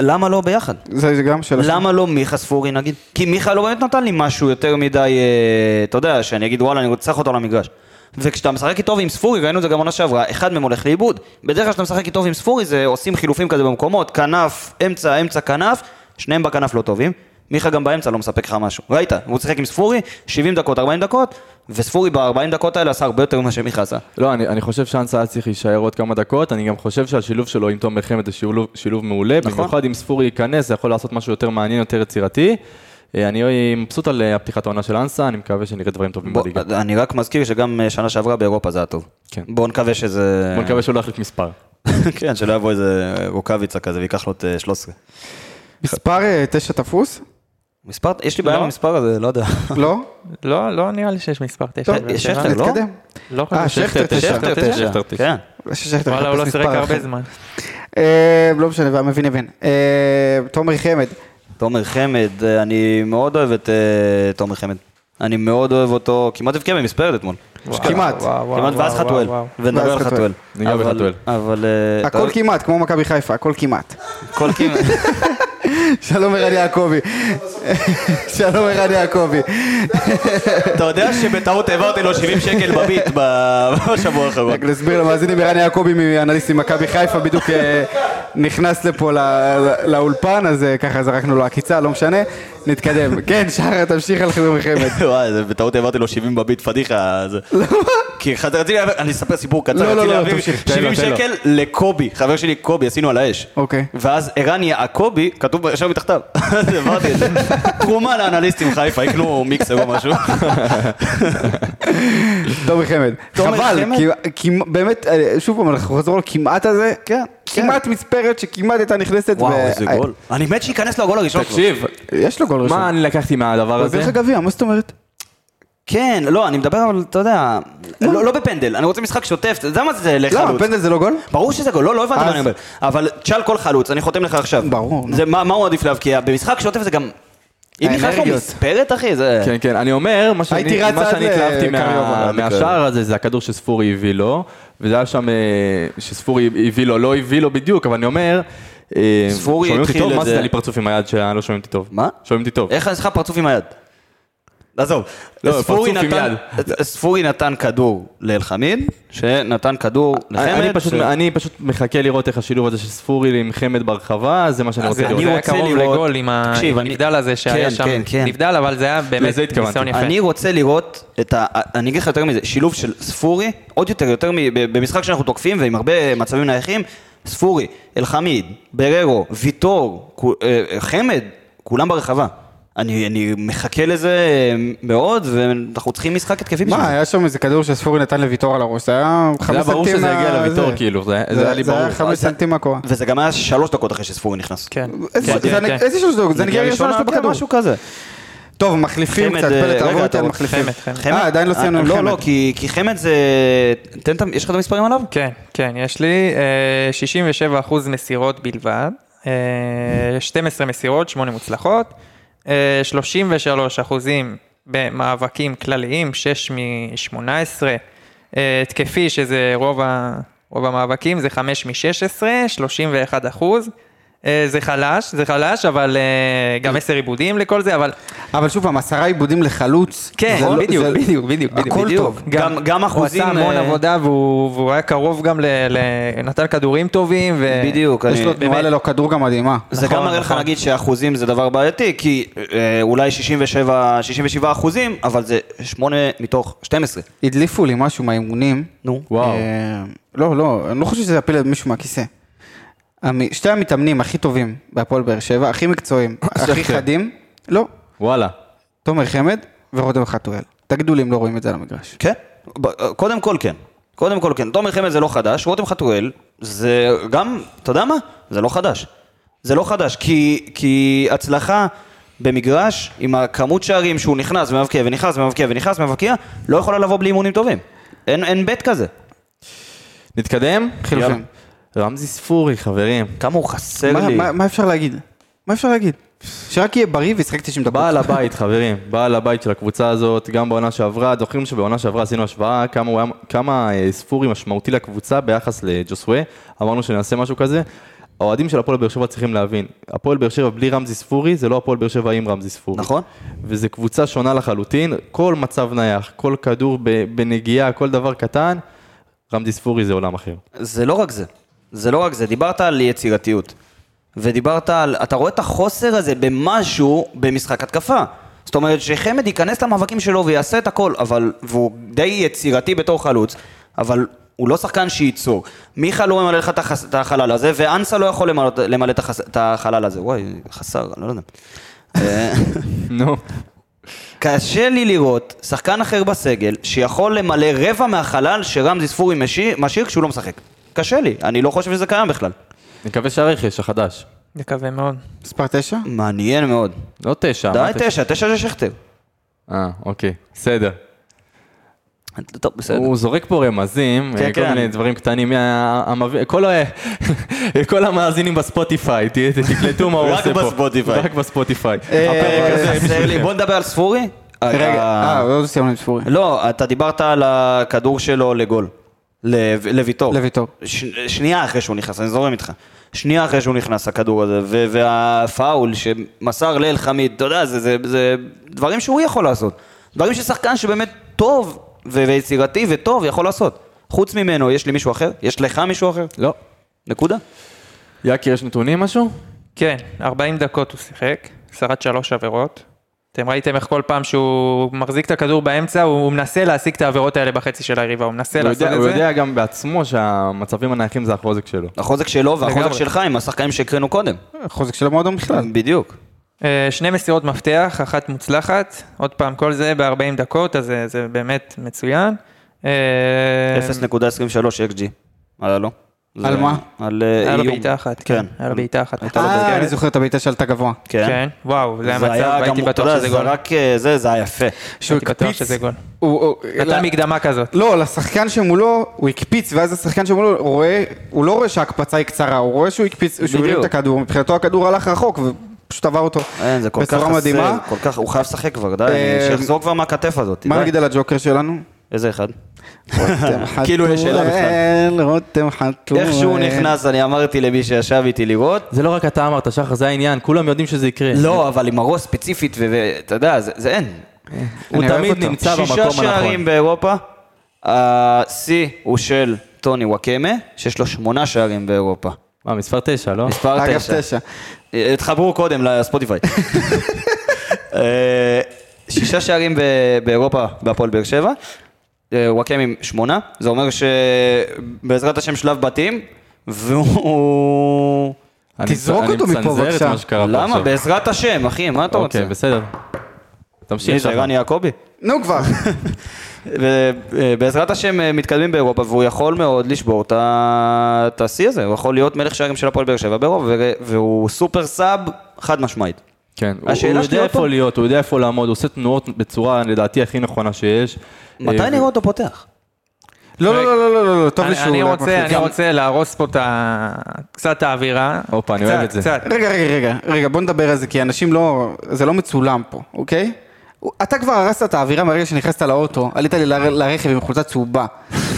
למה לא ביחד?
זה זה גם שאלה. שלי.
למה לא מיכה ספורי נגיד? כי מיכה לא באמת נתן לי משהו יותר מדי, אה, אתה יודע, שאני אגיד וואלה, אני רוצה לשחק אותו למגרש. וכשאתה משחק איתו ועם ספורי, ראינו את זה גם עונה שעברה, אחד מהם הולך לאיבוד. בדרך כלל כשאתה משחק איתו ועם ספורי, זה עושים חילופים כזה במקומות, כנף, אמצע, אמצע, כנף, שניהם בכנף לא טובים. מיכה גם באמצע לא מספק לך משהו. ראית, הוא שיחק עם ספורי, 70 דקות, 40 דקות, וספורי ב-40 דקות האלה עשה הרבה יותר ממה שמיכה עשה.
לא, אני, אני חושב שאנסה היה צריך להישאר עוד כמה דקות, אני גם חושב שהשילוב שלו עם תום מלחמת זה שילוב, שילוב מעולה, נכון. במיוחד אם ספורי ייכנס, זה יכול לעשות משהו יותר מעניין, יותר יצירתי. אה, אני מבסוט על אה, הפתיחת העונה של אנסה, אני מקווה שנראה דברים טובים
בוא,
בליגה.
אני רק מזכיר שגם אה, שנה שעברה באירופה זה היה טוב.
כן.
בואו נקווה שזה...
בוא נקווה שהוא לא יחליף מספר.
[laughs] כן, שלא יבוא איזה רוקאביצה כזה ויקח לו את אה, 13.
מספר אה, תשע תפוס?
מספר, יש לי בעיה עם המספר הזה, לא
[laughs]
יודע.
לא?
לא, לא נראה לי שיש מספר תשע.
טוב,
בבאר
שכטר,
שבע.
לא?
נתקדם.
אה, לא חושב
אה,
שיש
שכטר תשע.
שכטר תשע?
שכטר תשע.
כן.
ששכטר
וואלה, הוא לא
מחפש
שיחק
מספר
הרבה
אחר.
זמן.
אה, לא משנה, והמבין הבין. אה, תומר חמד.
תומר חמד, אה, אני מאוד אוהב את אה, תומר חמד. אני מאוד אוהב אותו, כמעט הבקיע במספרד אתמול.
כמעט.
כמעט ואז חתואל. ונדבר
ואז
על חתואל.
ניגע
אבל-
בחתואל.
אבל... אה,
הכל כמעט, כמו מכבי חיפה, הכל כמעט.
הכל כמעט.
[laughs] שלום ערן יעקבי. שלום ערן יעקבי.
אתה יודע שבטעות העברתי לו 70 שקל בביט ב- [laughs] בשבוע האחרון.
רק נסביר למאזינים, ערן יעקבי מאנליסטים מכבי חיפה בדיוק אה, נכנס לפה ל- ל- לאולפן, אז אה, ככה זרקנו לו עקיצה, לא משנה. נתקדם. [laughs] כן, שחר, תמשיך על חיבור חמד.
וואי, זה בטעות העברתי לו 70 בביט, פדיחה. זה- כי אחד- רציתי להעביר, אני אספר סיפור
לא,
קצר,
לא,
רציתי
לא,
להעביר
תמשיך, תן
70
לו, תן לו.
שקל לקובי, חבר שלי קובי, עשינו על האש.
אוקיי.
ואז ערן יעקבי, כתוב ישר מתחתיו, [laughs] אז העברתי את זה. תרומה לאנליסטים חיפה, יקנו מיקסר או משהו.
תומר חמד.
תומר
חבל,
חמד?
כי- כי באמת, אה, שוב פעם, אנחנו חוזרים לכמעט הזה. כן. כמעט מספרת שכמעט הייתה נכנסת.
וואו,
ו-
איזה
אה,
גול. אני מת שייכנס לו הגול הראשון כבר.
תקשיב,
יש לו גול ראשון.
מה אני לא לקחתי מהדבר
הוא
הזה?
הביא לך גביע, מה זאת אומרת?
כן, לא, אני מדבר אבל, אתה יודע, לא לא בפנדל, אני רוצה משחק שוטף, אתה יודע מה זה
למה,
לחלוץ.
פנדל זה לא גול?
ברור שזה גול, לא, לא הבנת
אז-
מה אני אומר. אבל תשאל כל חלוץ, אני חותם לך עכשיו.
ברור, נו.
זה, מה, מה הוא עדיף להבקיע? במשחק שוטף זה גם... אם נכנס לו
האנרגיות.
מספרת, אחי, זה...
כן, כן, אני אומר, מה שאני
הייתי רץ
מה
עד
שאני התלהבתי מה-
לקריובה,
מהשער הזה, זה הכדור שספורי הביא לו, וזה היה שם, אה, שספורי הביא לו, לא הביא לו בדיוק, אבל אני אומר, אה,
ספורי
שומעים אותי
התחיל
טוב?
את
מה
זה. אה,
זה לי פרצוף עם היד שלא שומעים אותי טוב?
מה?
שומעים אותי טוב.
איך אני לך פרצוף עם היד? עזוב.
לא,
ספורי
פרצוף עם
נתן- ספורי נתן כדור לאלחמיד, שנתן כדור
אני- אני
לחמד.
פשוט-
ש-
אני פשוט מחכה לראות איך השילוב הזה של ספורי עם חמד ברחבה, זה מה שאני רוצה
זה
לראות.
אני
היה
רוצה
קרוב
לראות-
לגול עם ה-
תקשיב,
עם
אני-
הנבדל הזה שהיה
כן,
שם.
כן, כן.
נבדל, אבל זה היה באמת
לזה התכוונתי.
ניסיון יפה.
אני רוצה לראות את ה... אני אגיד לך יותר מזה, שילוב של ספורי, עוד יותר, יותר מ... ב- במשחק שאנחנו תוקפים ועם הרבה מצבים נייחים, ספורי, אלחמיד, בררו, ויטור, כו- אה, חמד, כולם ברחבה. אני, אני מחכה לזה מאוד, ואנחנו צריכים משחק התקפי בשביל
מה,
זה.
היה שם איזה כדור שספורי נטל לוויטור על הראש, זה היה חמש
זה
סנטים...
היה ברור שזה יגיע
מה-
לוויטור,
זה.
כאילו, זה זה היה לי
זה
ברור.
היה חמש סנטים מהקורה.
וזה גם היה שלוש דקות אחרי שספורי נכנס.
כן.
איזה
כן,
זה
כן,
הנ-
כן.
איזה שלוש דקות? זה נגיע
נגיעה
ראשונה
ראשונה,
שלו
כן,
בכדור.
משהו כזה.
טוב, מחליפים
חמד,
קצת,
אה,
פלט,
רגע,
תעבור
אתה
איתי על
רוצה-
מחליפים.
חמד, חמד.
אה, עדיין לא סיימנו עם
לא, לא,
חמד.
כי כי חמד זה... תן את ה- יש לך את המספרים עליו?
כן, כן, יש לי אה, 67% מסירות בלבד, אה, 12 מסירות, 8 מוצלחות, אה, 33 אחוזים במאבקים כלליים, 6 מ-18, אה, התקפי שזה רוב, ה, רוב המאבקים, זה 5 מ-16, 31 אחוז. אה, זה חלש, זה חלש, אבל אה, גם 10 עיבודים לכל זה, אבל
אבל שוב פעם, עשרה עיבודים לחלוץ.
כן,
זה לא-
בדיוק,
זה-
בדיוק, בדיוק, בדיוק.
הכל
בדיוק.
טוב.
גם- גם אחוזים,
הוא עשה המון
אה,
עבודה והוא והוא היה קרוב גם ל... ל- נתן כדורים טובים. ו-
בדיוק,
יש
אני...
לו תנועה
באמת.
ללא כדור גם מדהימה.
זה
נכון,
גם מראה לך
נכון.
נגיד שאחוזים זה דבר בעייתי, כי אה, אולי 67, 67 אחוזים, אבל זה 8 מתוך 12.
הדליפו לי משהו מהאימונים.
נו.
וואו.
אה, לא, לא, אני לא חושב שזה יפיל מישהו מהכיסא. המ- שתי המתאמנים הכי טובים בהפועל באר שבע, הכי מקצועיים, הכי חדים, לא,
וואלה.
תומר חמד ורותם חתואל. תגידו לי אם לא רואים את זה על המגרש.
כן? ב- קודם כל כן. קודם כל כן. תומר חמד זה לא חדש, רותם חתואל זה גם, אתה יודע מה? זה לא חדש. זה לא חדש, כי, כי הצלחה במגרש, עם הכמות שערים שהוא נכנס ומבקיע ונכנס ומבקיע ונכנס ומבקיע, לא יכולה לבוא בלי אימונים טובים. אין, אין בית כזה.
נתקדם?
חילופים.
יאללה. רמזי ספורי, חברים.
כמה הוא חסר
מה-
לי.
מה- מה אפשר להגיד? מה אפשר להגיד? שרק יהיה בריא וישחק 90 דקות.
בעל הבית, חברים, בעל הבית של הקבוצה הזאת, גם בעונה שעברה, זוכרים שבעונה שעברה עשינו השוואה כמה, הוא היה, כמה אה, ספורי משמעותי לקבוצה ביחס לג'וסווה, אמרנו שנעשה משהו כזה. האוהדים של הפועל באר שבע צריכים להבין, הפועל באר שבע בלי רמזי ספורי, זה לא הפועל באר שבע עם רמזי ספורי.
נכון.
וזו קבוצה שונה לחלוטין, כל מצב נייח, כל כדור ב- בנגיעה, כל דבר קטן, רמזי ספורי זה עולם אחר.
זה לא רק זה. זה לא רק זה. דיברת על יצירתיות. ודיברת על... אתה רואה את החוסר הזה במשהו במשחק התקפה. זאת אומרת שחמד ייכנס למאבקים שלו ויעשה את הכל, אבל... והוא די יצירתי בתור חלוץ, אבל הוא לא שחקן שייצור. מיכה לא ממלא לך את החס- את החלל הזה, ואנסה לא יכול למלא, למלא את החס- את החלל הזה. וואי, חסר, אני לא יודע. אה,
נו.
קשה לי לראות שחקן אחר בסגל שיכול למלא רבע מהחלל שרמזי ספורי משאיר, משאיר כשהוא לא משחק. קשה לי, אני לא חושב שזה קיים בכלל.
נקווה שהרכש החדש.
מקווה מאוד.
מספר 9?
מעניין מאוד.
לא תשע.
די
מה
תשע, תשע זה שכטר.
אה, אוקיי, בסדר.
טוב, בסדר.
הוא זורק פה רמזים,
כן,
אה, כל
כן.
מיני דברים קטנים, אה, המב- כל ה- [laughs] כל המאזינים בספוטיפיי, ת- ת- תקלטו מה הוא
רק
עושה פה.
בספוטיפיי. אה,
רק בספוטיפיי.
הפרק
הפרק הזה
הזה חסר לי.
בשבילכם.
בוא נדבר על ספורי.
רגע,
אה,
אה, לא סיימנו עם ספורי.
לא, אתה דיברת על הכדור שלו לגול. ל- לויטור.
לויטור.
ש- שנייה אחרי שהוא נכנס, אני זורם איתך. שנייה אחרי שהוא נכנס, הכדור הזה, ו- והפאול שמסר לאל חמיד, אתה יודע, זה, זה, זה דברים שהוא יכול לעשות. דברים ששחקן שבאמת טוב ו- ויצירתי וטוב יכול לעשות. חוץ ממנו, יש לי מישהו אחר? יש לך מישהו אחר?
לא.
נקודה.
יקי, יש נתונים משהו?
כן, 40 דקות הוא שיחק, שרד שלוש עבירות. אתם ראיתם איך כל פעם שהוא מחזיק את הכדור באמצע, הוא הוא מנסה להשיג את העבירות האלה בחצי של היריבה, הוא מנסה
הוא
לעשות
יודע-
את
הוא
זה.
יודע גם בעצמו שהמצבים הנייחים זה החוזק שלו.
החוזק שלו נכון, והחוזק
לגמרי.
שלך עם השחקנים שהקראנו קודם.
חוזק של המועדון בכלל.
בדיוק.
אה, שני מסירות מפתח, אחת מוצלחת, עוד פעם, כל זה ב-40 דקות, אז זה- זה באמת מצוין. אה,
0.23 XG. אה, לא? זה-
על מה?
על אה, איום.
היה לו בעיטה אחת, כן,
כן.
היה לו בעיטה אחת.
הייתה לו בעיטה.
אה, אני זוכר את הבעיטה שעלתה גבוה.
כן.
כן, וואו, זה היה מצב,
גם,
הייתי
אתה
בטוח
יודע,
שזה גול.
זה רק, אה, זה, זה היה יפה.
שהוא
הייתי בטוח
הקפיץ.
שזה גול.
הוא- הוא-
נתן מקדמה כזאת.
לא, לשחקן שמולו, הוא הקפיץ, ואז השחקן שמולו רואה, הוא לא רואה שההקפצה היא קצרה, הוא רואה שהוא הקפיץ, שהוא הרים את
בדיוק.
הכדור, מבחינתו הכדור הלך רחוק, ופשוט עבר אותו
אין, זה כל כך
בצורה מדהימה.
כל כך, הוא חייב לשחק כבר, די,
אה,
שיחזור כבר מהכתף הזאת.
מה
די.
נגיד על הג'וקר שלנו?
איזה אחד?
רותם
[laughs] כאילו יש שאלה
חתואל, רותם חתואל.
איך שהוא נכנס, אני אמרתי למי שישב איתי לראות.
זה לא רק אתה אמרת, שחר, זה העניין, כולם יודעים שזה יקרה.
כן.
לא, אבל עם הראש ספציפית, ואתה יודע, זה זה אין.
הוא
אני אוהב
תמיד
אותו.
נמצא במקום
שישה שערים
הנכון.
באירופה, השיא הוא של טוני וואקמה, שיש לו שמונה שערים באירופה.
מה, מספר תשע, לא?
מספר תשע.
אגב תשע.
אה, תחברו קודם
[laughs]
לספוטיפיי. אה, שישה שערים ב- באירופה בהפועל באר שבע, אה, וואקם עם שמונה, זה אומר שבעזרת השם שלב בתים, והוא...
אני
תזרוק
מצ-
אותו מפה,
אני מצנזר
בבקשה.
את מה שקרה פה
למה?
עכשיו.
בעזרת השם, אחי, מה אתה רוצה?
אוקיי, בסדר. תמשיך
מי זה,
שחר.
רן יעקבי?
נו כבר.
ובעזרת השם אה, מתקדמים באירופה, והוא יכול מאוד לשבור את ה- את השיא הזה, הוא יכול להיות מלך שערים של הפועל באר שבע באירופה, ו- והוא סופר סאב חד משמעית.
כן, הוא
השאלה
הוא
שלי
יודע
עוד פעם-
איפה להיות, הוא יודע איפה לעמוד, הוא עושה תנועות בצורה לדעתי הכי נכונה שיש.
מתי
אה,
נראה אותו פותח?
לא, לא, לא, לא, לא, לא, לא, טוב לי
אני,
שהוא...
אני,
לא
רוצה,
מחליף.
אני רוצה להרוס פה את ה... קצת האווירה.
הופה, אני
קצת,
אוהב את זה.
קצת.
רגע, רגע, רגע, רגע, בוא נדבר על זה, כי אנשים לא... זה לא מצולם פה, אוקיי? הוא- אתה כבר הרסת את האווירה מהרגע שנכנסת לאוטו, עלית לי לר- לרכב עם חולצה צהובה.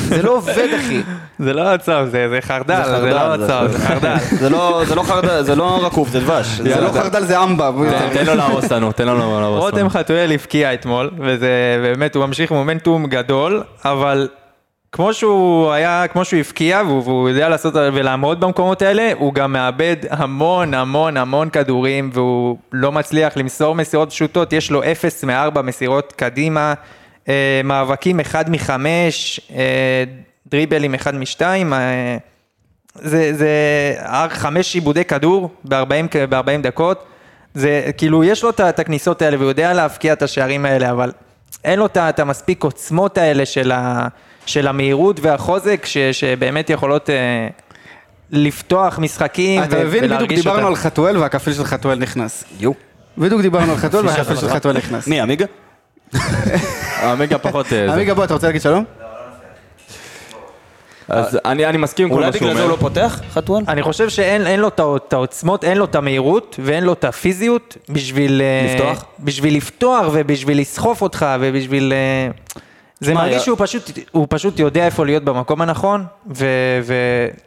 זה לא עובד,
[laughs]
אחי.
זה לא הצו, זה, זה חרדל, זה, לא הצו, זה [laughs] חרדל.
זה לא- זה לא חרדל, זה לא רקוב, זה דבש.
זה
זה
לא חרדל, זה אמבה. בוא
תן-
נראה.
תן לו להרוס לנו, תן לנו להרוס לנו.
רותם חתואל הבקיע אתמול, וזה באמת, הוא ממשיך מומנטום גדול, אבל כמו שהוא היה, כמו שהוא הבקיע, והוא, והוא יודע לעשות ולעמוד במקומות האלה, הוא גם מאבד המון המון המון כדורים, והוא לא מצליח למסור מסירות פשוטות, יש לו אפס מארבע מסירות קדימה, אה, מאבקים אחד מחמש, אה, דריבלים אחד משתיים, אה, זה, זה הר חמש עיבודי כדור ב-40, ב-40 דקות. זה כאילו, יש לו את ה- את הכניסות האלה והוא יודע להבקיע את השערים האלה, אבל אין לו את ה- את המספיק עוצמות האלה של, ה, של המהירות והחוזק, ש, שבאמת יכולות אה, לפתוח משחקים
אתה מבין? בדיוק דיברנו על חתואל והכפיל של חתואל נכנס.
יו.
בדיוק דיברנו על
[laughs]
חתואל והכפיל של חתואל נכנס.
מי, עמיגה?
עמיגה פחות... אה, זה.
עמיגה, בוא, אתה רוצה להגיד שלום?
אז אני אני מסכים עם כל
אולי
מה שהוא
בגלל זה
אומר.
הוא לא פותח, חתואל?
אני חושב שאין אין לו את הע- את העוצמות, אין לו את המהירות ואין לו את הפיזיות בשביל... אה,
לפתוח?
בשביל לפתוח ובשביל לסחוף אותך ובשביל... אה, זה
שמע,
מרגיש
יא-
שהוא פשוט, הוא פשוט יודע איפה להיות במקום הנכון, ו-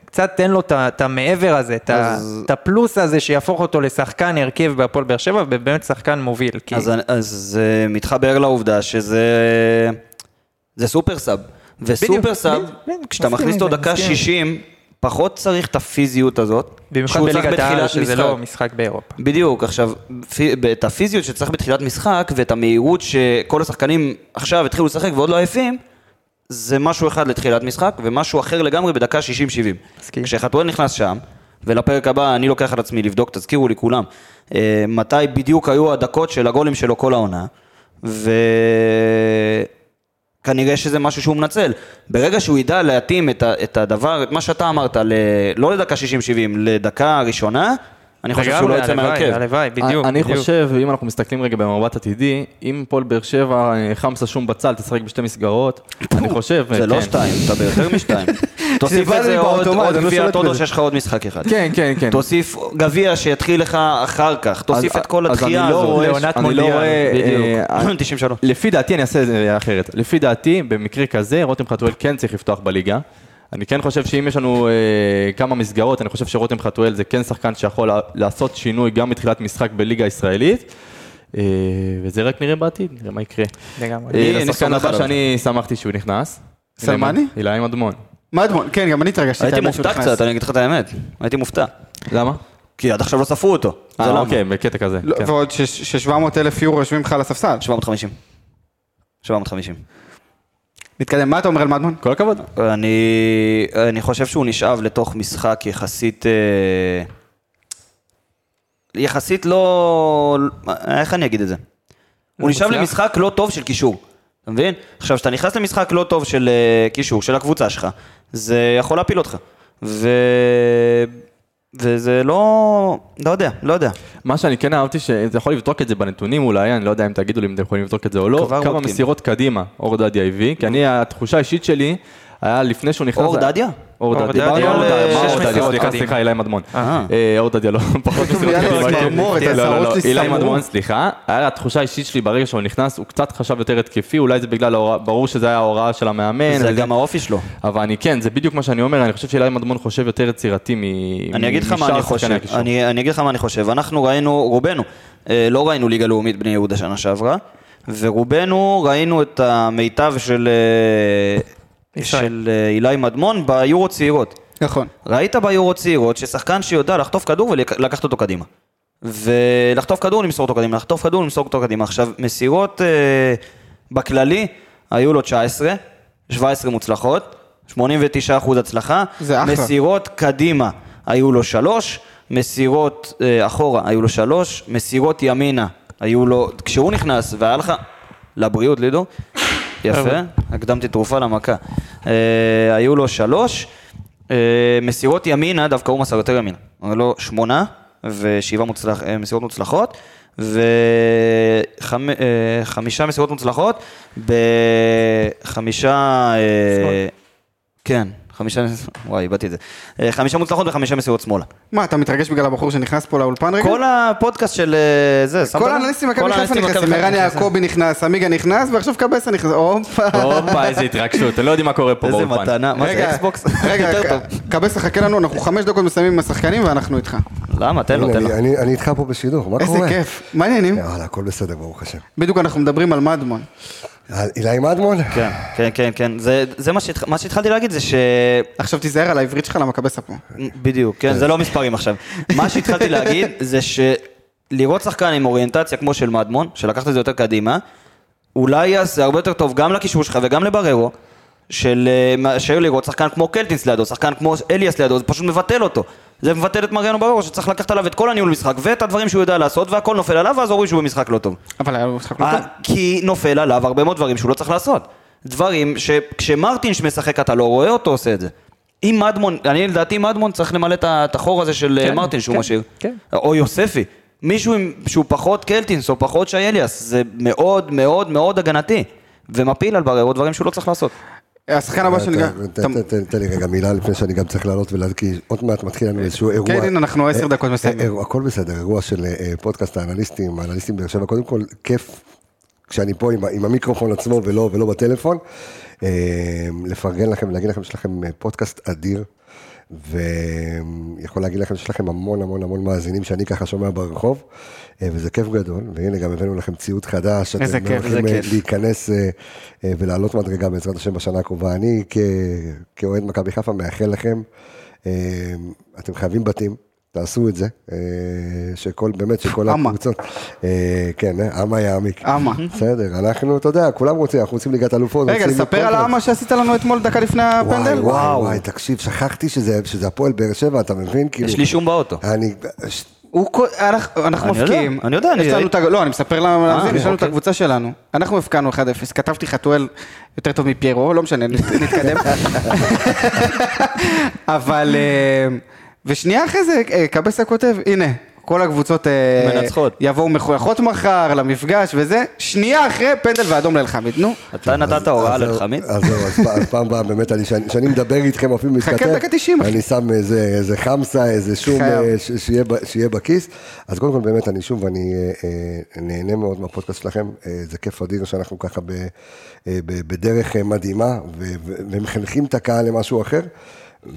וקצת תן לו את ה- את המעבר הזה, את ה- את הפלוס הזה שיהפוך אותו לשחקן הרכב בהפועל באר שבע, ובאמת שחקן מוביל. כי-
כן. אז, אז זה מתחבר לעובדה שזה זה סופר סאב. וסופר
בדיוק,
סאב,
בדיוק,
כשאתה
מסכים
מכניס אותו
עם זה,
דקה
מסכים.
60, פחות צריך את הפיזיות הזאת.
במיוחד
שהוא צריך
בליגת העל,
בתחילת
שזה
משחק.
לא משחק באירופה.
בדיוק, עכשיו, פי- את הפיזיות שצריך בתחילת משחק, ואת המהירות שכל השחקנים עכשיו התחילו לשחק ועוד לא עייפים, זה משהו אחד לתחילת משחק, ומשהו אחר לגמרי בדקה 60-70.
מסכים.
כשחתואל נכנס שם, ולפרק הבא אני לוקח על עצמי לבדוק, תזכירו לי כולם, אה, מתי בדיוק היו הדקות של הגולים שלו כל העונה, ו... כנראה שזה משהו שהוא מנצל. ברגע שהוא ידע להתאים את, ה, את הדבר, את מה שאתה אמרת, ל, לא לדקה 60-70, לדקה הראשונה, אני חושב שהוא לא
לגמרי,
יצא
הלוואי,
מהרכב.
הלוואי, בדיוק.
אני
בדיוק.
חושב, אם אנחנו מסתכלים רגע במבט עתידי, אם פועל באר שבע, אה, חמסה שום בצל, תשחק בשתי מסגרות, אני חושב... אה,
זה לא
כן.
שתיים, אתה ביותר
[laughs]
משתיים. תוסיף
בא
את
לי
זה עוד
באוטומט,
עוד
אני לא
גביע
שולט
טוטו
בזה.
שיש לך עוד משחק אחד.
כן, כן, כן.
תוסיף גביע שיתחיל לך אחר כך, תוסיף
אז-
את כל
אז
הדחייה
אני לא
הזאת.
רואה-
לעונת
אני לא
מונדיאל,
רואה, אה, [clears throat]
בדיוק. 93.
לפי דעתי, אני אעשה את זה אחרת. לפי דעתי, במקרה כזה, רותם חתואל כן צריך לפתוח בליגה. אני כן חושב שאם יש לנו אה, כמה מסגרות, אני חושב שרותם חתואל זה כן שחקן שיכול לע- לעשות שינוי גם מתחילת משחק בליגה הישראלית. אה, וזה רק נראה בעתיד, נראה מה יקרה.
לגמרי.
אה,
אני- אני
לשחקן
סומך
הבא
עליו.
שאני שמחתי שהוא נכנס.
סלמני?
אילי מדמון.
מה אדמון? כן, גם אני התרגשתי.
הייתי
האמת שהוא
מופתע
נכנס.
קצת, אני אגיד לך את האמת. הייתי מופתע.
למה?
כי עד עכשיו לא ספרו אותו. זה
אה,
למה.
אוקיי, בקטע כזה.
לא,
כן.
ועוד ש-700 אלף יורו יושבים לך על הספסל.
750. 750.
נתקדם, מה אתה אומר על מדמון?
כל הכבוד.
אני, אני חושב שהוא נשאב לתוך משחק יחסית... אה, יחסית לא... איך אני אגיד את זה? הוא נשאב
מוצלח.
למשחק לא טוב של קישור. אתה מבין? עכשיו, כשאתה נכנס למשחק לא טוב של אה, קישור, של הקבוצה שלך, זה יכול להפיל אותך. ו... וזה לא... לא יודע, לא יודע.
מה שאני כן אהבתי, שאתה יכול לבדוק את זה בנתונים אולי, אני לא יודע אם תגידו לי אם אתם יכולים לבדוק את זה או לא,
כבר
כמה
בודקים.
מסירות קדימה אור דדיה הביא, כי אני, התחושה האישית שלי, היה לפני שהוא נכנס...
אור דדיה?
אור
אור
דדיה, דיברנו
דדיה,
על
אה,
מה
שש
אור דדיה,
מסירות
סליחה,
קדימה.
סליחה, אילי מדמון.
אה.
אה, אור דדיה לא, פחות מסירות
היה לו
קדימה. כן.
צמרמורת,
לא, לא,
הצהרות
לא,
לי
אילי
סמרו.
מדמון, סליחה, היה התחושה האישית שלי ברגע שהוא נכנס, הוא קצת חשב יותר התקפי, אולי זה בגלל, ההוראה- ברור שזה היה ההוראה של המאמן,
זה
וזה-
גם האופי שלו.
אבל אני כן, זה בדיוק מה שאני אומר, אני חושב שאילי מדמון חושב יותר יצירתי מ-
אני אגיד לך מה
משאר
אני
שחקני
חושב,
הקישור.
אני, אני אגיד לך מה אני חושב, אנחנו ראינו, רובנו, אה, לא ראינו ליגה לאומית בני יהודה שנה שעברה, ורובנו ראינו את המיטב של, אה,
ישראל.
של אה, אילי מדמון ביורו צעירות.
נכון.
ראית ביורו צעירות ששחקן שיודע לחטוף כדור ולקחת אותו קדימה. ולחטוף כדור, למסור אותו קדימה, לחטוף כדור, למסור אותו קדימה. עכשיו, מסירות אה, בכללי, היו לו 19, 17 מוצלחות, 89% הצלחה.
זה אחלה.
מסירות קדימה היו לו שלוש, מסירות אה, אחורה היו לו שלוש, מסירות ימינה היו לו... כשהוא נכנס והיה לך... לבריאות, לידו. יפה,
אבל-
הקדמתי תרופה למכה. אה, היו לו שלוש. אה, מסירות ימינה, דווקא הוא מסר יותר ימינה. היו לו שמונה ושבעה מוצלח, אה, מסירות מוצלחות. וחמישה מסירות מוצלחות בחמישה... אה,
שמאל.
כן, חמישה... וואי, איבדתי את זה. אה, חמישה מוצלחות וחמישה מסירות שמאלה.
מה, אתה מתרגש בגלל הבחור שנכנס פה לאולפן רגע?
כל הפודקאסט של אה, זה, שמת
כל
לב?
האנליסטים מכבי חיפה
האנליסטים
נכנסים,
מכבי חיפה
ערן
נכנסים.
יעקבי נכנס, עמיגה נכנס, ועכשיו קבסה נכנס, הופה. [laughs]
הופה, איזה התרגשות, אתם לא יודעים מה קורה פה
איזה
באולפן.
מתנה, מה זה
רגע,
אקסבוקס?
[laughs] רגע,
[laughs] יותר טוב.
קבסה חכה לנו, אנחנו חמש דקות מסיימים עם השחקנים ואנחנו איתך.
למה? תן
לא,
לו,
הנה,
תן לו.
אני- אני- אני איתך פה בשידור, מה
איזה
קורה?
כיף, מה העניינים?
יאללה, הכל בסדר, ברוך השם.
בדיוק אנחנו מדברים על מדמון.
על- אילי מדמון?
לא.
כן, כן, כן, כן. זה, זה מה, שהתח... מה שהתחלתי להגיד זה ש...
עכשיו תיזהר על העברית שלך למה קבסה פה.
בדיוק, כן, זה לא מספרים עכשיו. מה שהתחלתי להגיד זה שלראות שחקן עם אוריינטציה כמו של מדמון, שלקחת את זה יותר קדימה, אולי יעשה הרבה יותר טוב גם לקישור שלך וגם לבררו, של... אה, מה- שהיו לראות שחקן כמו קלטינס לידו, שחקן כמו אליאס לידו, זה פשוט מבטל אותו. זה מבטל את מריאנו בררו, שצריך לקחת עליו את כל הניהול משחק ואת הדברים שהוא יודע לעשות, והכל נופל עליו, ואז אומרים שהוא במשחק לא טוב.
אבל היה לו משחק לא
אה,
טוב.
נכון.
כי נופל עליו הרבה מאוד דברים שהוא לא צריך לעשות. דברים שכשמרטינש משחק אתה לא רואה אותו עושה את זה. אם מדמון, אני לדעתי מדמון צריך למלא את ה- את החור הזה של
כן,
כן, מרטינש שהוא
כן,
משאיר.
כן.
או יוספי. מישהו עם- שהוא פחות קלטינס או פחות שי אליאס, זה מאוד מאוד מאוד הגנתי. ומפיל על בררו דברים שהוא לא צריך לעשות.
השחקן
אה,
הבא שלי גם...
ת- ת- ת- תן לי רגע מילה לפני שאני גם צריך לעלות ולהגיד, כי עוד מעט מתחיל לנו איזשהו אירוע.
כן, הנה, אנחנו עשר
אה,
דקות
אה,
מסיימים.
אירוע- הכל בסדר, אירוע של אה, אה, פודקאסט האנליסטים, האנליסטים באר שבע, קודם כל, כיף כשאני פה עם ה- עם המיקרופון עצמו ולא ולא בטלפון. אה, לפרגן לכם, להגיד לכם שיש לכם אה, פודקאסט אדיר. ויכול להגיד לכם שיש לכם המון המון המון מאזינים שאני ככה שומע ברחוב, אה, וזה כיף גדול, והנה גם הבאנו לכם ציוד חדש,
איזה
אתם
כיף,
הולכים
איזה
אה,
כיף.
להיכנס אה, אה, ולעלות מדרגה בעזרת השם בשנה הקרובה. אני כ- כאוהד מכבי חיפה מאחל לכם, אה, אתם חייבים בתים, תעשו את זה, אה, שכל, באמת, שכל
אמה.
הקבוצות, אה, כן, אה, אמה יעמיק.
אמה.
בסדר, אנחנו, אתה יודע, כולם רוצים, אנחנו רוצים ליגת אלופות.
רגע,
רוצים
לספר על
קונפרנס.
העמה שעשית לנו אתמול דקה לפני
וואי,
הפנדל?
וואי, וואי, תקשיב, שכחתי שזה שזה הפועל באר שבע, אתה מבין? כאילו,
יש לי שום באוטו.
אני,
הוא כל- אנחנו אנחנו
אני יודע,
מבקיעים.
אני יודע,
יש
אני-
לנו את ה- לא, אני מספר למאזין, יש לנו את
אוקיי.
הקבוצה שלנו. אנחנו הבקענו 1-0, כתבתי חתואל יותר טוב מפיירו, לא משנה, נ- נתקדם. [laughs] אבל... אה, ושנייה אחרי זה, אה, קבסה כותב, הנה, כל הקבוצות... אה,
מנצחות.
יבואו מחויכות מחר, למפגש וזה. שנייה אחרי, פנדל ואדום לאלחמיד, נו.
אתה נתת הוראה
אז זהו,
ללחמים?
אז זהו, אז פ- אז פעם הבאה באמת, אני- שאני- שאני מדבר איתכם אפילו
חכה
מתכתב,
דקה 90, אחי.
אני שם איזה איזה חמסה, איזה שום
חייב.
אה, ש- שיהיה ב- שיהיה בכיס. אז קודם כל באמת, אני שוב, אני אה, אה, נהנה מאוד מהפודקאסט שלכם, אה, זה כיף אדיר שאנחנו ככה ב- אה, ב- בדרך אה, מדהימה, ו- ו- ומחנכים את הקהל למשהו אחר.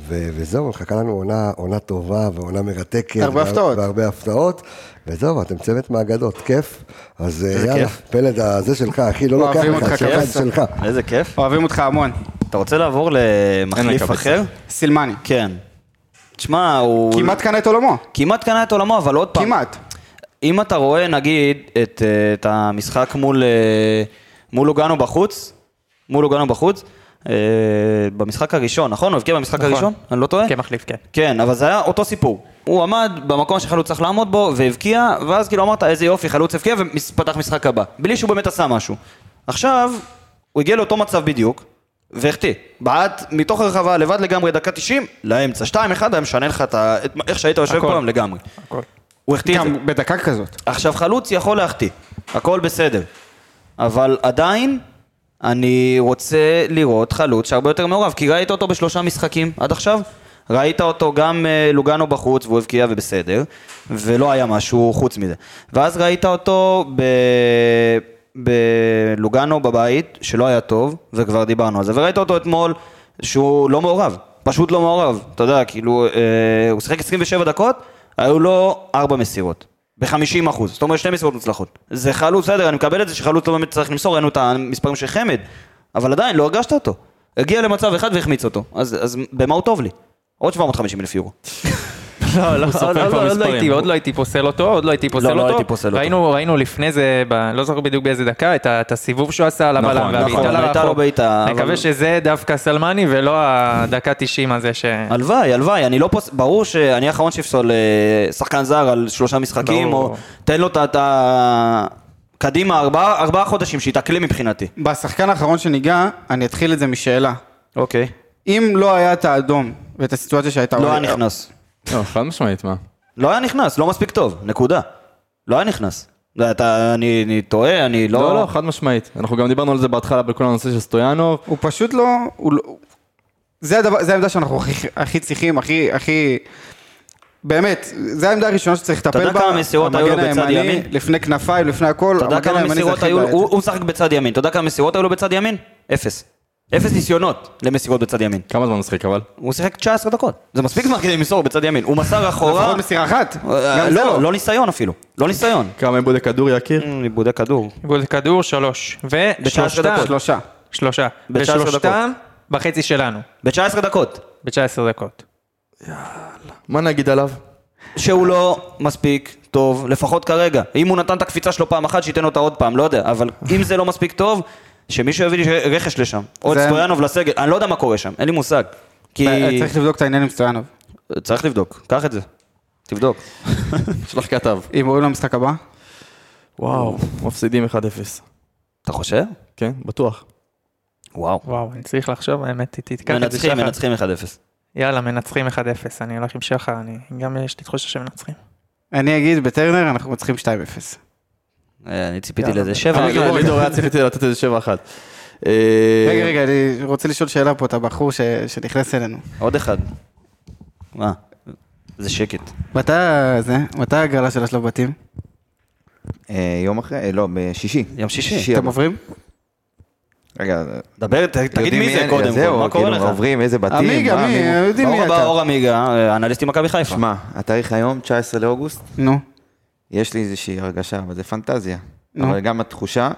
ו- וזהו, מחכה לנו עונה, עונה טובה ועונה מרתקת.
הרבה
וה-
הפתעות.
והרבה הפתעות. וזהו, אתם צוות מאגדות, כיף. אז אה,
איזה
יאללה,
כיף.
פלד הזה שלך, אחי, לא לוקח
אוהבים
לך,
אותך,
שלך,
כיף.
שלך.
איזה כיף.
אוהבים אותך המון.
אתה רוצה לעבור למחליף
לקבל.
אחר?
סילמני.
כן. תשמע, הוא...
כמעט קנה את עולמו.
כמעט קנה את עולמו, אבל עוד פעם.
כמעט.
אם אתה רואה, נגיד, את, אה, את המשחק מול, אה, מול לוגאנו בחוץ, מול לוגאנו בחוץ, אה, במשחק הראשון, נכון? הוא הבקיע במשחק
נכון.
הראשון? אני לא טועה?
כמחליף, כן.
כן, אבל זה היה אותו סיפור. הוא עמד במקום שחלוץ צריך לעמוד בו, והבקיע, ואז כאילו אמרת, איזה יופי, חלוץ הבקיע, ופתח משחק הבא. בלי שהוא באמת עשה משהו. עכשיו, הוא הגיע לאותו מצב בדיוק, והחטיא. בעט מתוך הרחבה, לבד לגמרי, דקה 90, לאמצע. 2-1 היה משנה לך את ה... את- איך שהיית יושב
הכל.
כל היום לגמרי.
הכל.
הוא החטיא את זה.
גם בדקה כזאת.
עכשיו חלוץ יכול להחטיא, הכל בסדר. אבל עדיין, אני רוצה לראות חלוץ שהרבה יותר מעורב, כי ראית אותו בשלושה משחקים עד עכשיו. ראית אותו גם אה, לוגאנו בחוץ והוא הבקיע ובסדר, ולא היה משהו חוץ מזה. ואז ראית אותו ב... בלוגאנו בבית, שלא היה טוב, וכבר דיברנו על זה, וראית אותו אתמול שהוא לא מעורב, פשוט לא מעורב, אתה יודע, כאילו, אה, הוא שיחק 27 דקות, היו לו 4 מסירות. ב-50 אחוז, זאת אומרת שתי מסירות מוצלחות. זה חלוץ, בסדר, אני מקבל את זה שחלוץ לא באמת צריך למסור, ראינו את המספרים של חמד, אבל עדיין לא הרגשת אותו. הגיע למצב אחד והחמיץ אותו, אז, אז במה הוא טוב לי? עוד 750 אלף יורו.
לא, לא,
סופר
עוד-
כבר
עוד לא- עוד לא
מספרים.
הייתי- עוד לא הייתי פוסל אותו, עוד לא הייתי פוסל
לא
אותו.
הייתי פוסל אותו.
ראינו- ראינו לפני זה, ב- לא זוכר בדיוק באיזה דקה, את ה- את הסיבוב שהוא עשה על
נכון,
הבלם,
נכון,
והבעיטה
הבעיטה לא
לרחוב.
בעיטה,
אני
אבל-
מקווה שזה דווקא סלמני ולא הדקה 90 הזה ש...
הלוואי, הלוואי, אני לא פוס... ברור שאני האחרון שיפסול אה, שחקן זר על שלושה משחקים,
ברור.
או תן לו את ה- את ה... קדימה, ארבעה ארבעה חודשים, שיתאקלם מבחינתי.
בשחקן האחרון שניגע, אני אתחיל את זה משאלה.
אוקיי.
אם לא היה את האדום ואת הסיטואציה שהייתה...
לא היה נכנס.
לא, חד משמעית, מה?
לא היה נכנס, לא מספיק טוב, נקודה. לא היה נכנס. לא, אתה, אני, אני טועה, אני לא...
לא, לא, חד משמעית. אנחנו גם דיברנו על זה בהתחלה בכל הנושא של סטויאנוב.
הוא פשוט לא... הוא לא... זה, הדבר, זה העמדה שאנחנו הכי, הכי צריכים, הכי, הכי... באמת, זו העמדה הראשונה שצריך לטפל בה.
יודע כמה מסירות היו לו
המגן
בצד
הימני,
ימין?
לפני כנפיים, לפני הכל.
אתה יודע
המגן
כמה
הימני זה
מסירות
הכי
היו לו?
בעייתי.
הוא הוא משחק בצד ימין. אתה יודע כמה מסירות היו לו בצד ימין? אפס. אפס ניסיונות למסירות בצד ימין.
כמה זמן הוא משחק אבל?
הוא שיחק 19 דקות. זה מספיק זמן כדי למסור בצד ימין. הוא מסר אחורה...
לפחות מסירה אחת.
אה,
גם זה
לא, לא ניסיון אפילו. לא ניסיון.
כמה איבודי כדור יקיר?
איבודי כדור.
גול כדור, שלוש. ושלושתם,
דקות.
שלושה.
שלושה.
ב- 19
ושלושתם בחצי שלנו,
ב-19 דקות.
ב-19 דקות.
מה נגיד עליו?
שהוא לא מספיק טוב, לפחות כרגע. אם הוא נתן את הקפיצה שלו פעם אחת, שייתן אותה עוד פעם, לא יודע. אבל אם זה לא מספיק טוב, שמישהו יביא לי ש- רכש לשם. או את
זה- אה,
סטויאנוב לסגל, אני לא יודע מה קורה שם, אין לי מושג. כי...
צריך לבדוק את העניין עם סטויאנוב.
צריך לבדוק, קח את זה. תבדוק.
שלח כתב.
אם רואים למשחק הבא?
וואו, מפסידים 1-0.
אתה חושב?
כן, בטוח.
וואו.
וואו, אני צריך לחשוב, האמת, ת- תתקע את זה
מנצחים,
שחר.
מנצחים 1-0.
יאללה, מנצחים 1-0, אני הולך עם שחר, אני גם יש לי תחושה שמנצחים.
אני אגיד, בטרנר אנחנו צריכים 2-0.
אה, אני ציפיתי לזה 7.
אני גם- לידור היה צריך לתת איזה 7-1. אה,
אה.
רגע, רגע, אני רוצה לשאול שאלה פה, את הבחור ש- שנכנס אלינו.
עוד אחד. מה? זה שקט.
מתי זה? מתי ההגרלה של השלב בתים?
אה, יום אחרי, אה, לא, בשישי.
יום שישי.
אתם
הבא.
עוברים?
רגע,
דבר, ת- תגיד
יודעים
מי זה
אין-
קודם כל,
זהו,
מה קורה
כאילו,
לך?
עוברים, איזה בתים.
עמיגה,
מה,
מי?
הוא-
יודעים מי
אור
אתה.
הבא, אור עמיגה, אה, אנליסטי מכבי חיפה.
שמע, התאריך היום, 19 לאוגוסט,
נו.
יש לי איזושהי הרגשה, אבל זה פנטזיה.
נו.
אבל גם התחושה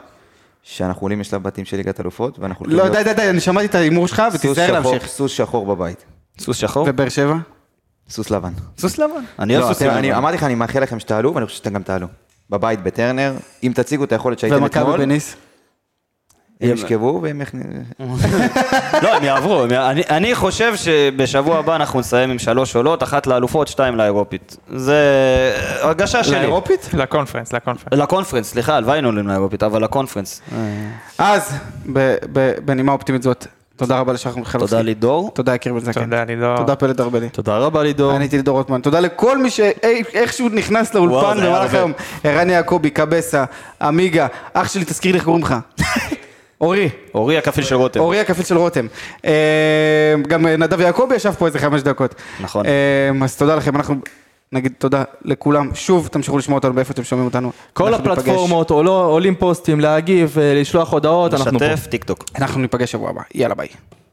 שאנחנו עולים לשלב בתים של ליגת אלופות, ואנחנו...
לא,
הולכים
די,
להיות
די, די, אני שמעתי את ההימור שלך,
סוס
ותיזהר
שחור-
להמשיך.
סוס שחור בבית.
סוס שחור?
ובאר שבע?
סוס לבן.
סוס לבן. אני
לא,
אוהב סוסים.
אתם- אני
אבל.
אמרתי לך, אני מאחל לכם שתעלו, ואני חושב שאתם גם תעלו. בבית בטרנר, אם תציגו את היכולת שהייתם
ומכבי
אתמול,
בניס?
הם ישכבו והם יכניסו...
[laughs] לא, הם יעברו. הם יע- אני- אני חושב שבשבוע הבא אנחנו נסיים עם שלוש עולות, אחת לאלופות, שתיים לאירופית. זה הרגשה שלי.
לאירופית?
לקונפרנס, לקונפרנס.
לקונפרנס, סליחה, הלוואי היינו עולים לאירופית, אבל לקונפרנס.
אז, ב- ב- בנימה אופטימית זאת, תודה רבה לשחר מיכלובסקי.
תודה לידור.
תודה, יקיר בן זקן.
תודה, לא- לידור.
תודה, פלד ארבלי.
תודה רבה לידור.
אני הייתי לידור רוטמן. תודה לכל מי שאיכשהו נכנס
וואו,
לאולפן
זה היה
במהלך
הרבה.
היום. ערן יעקבי, קבסה, עמיגה, אח שלי, תזכיר לי איך קוראים
[laughs]
לך. אורי.
אורי הכפיל של רותם.
אורי הכפיל של רותם. אה, גם אה, נדב יעקבי ישב פה איזה חמש דקות.
נכון.
אה, אז תודה לכם, אנחנו נגיד תודה לכולם. שוב, תמשיכו לשמוע אותנו באיפה אתם שומעים אותנו.
כל
אנחנו ניפגש-
הפלטפורמות, עולו- עולים פוסטים, להגיב, אה, לשלוח הודעות, אנחנו פה.
שתף, טיק טוק.
אנחנו ניפגש שבוע הבא. יאללה, ביי.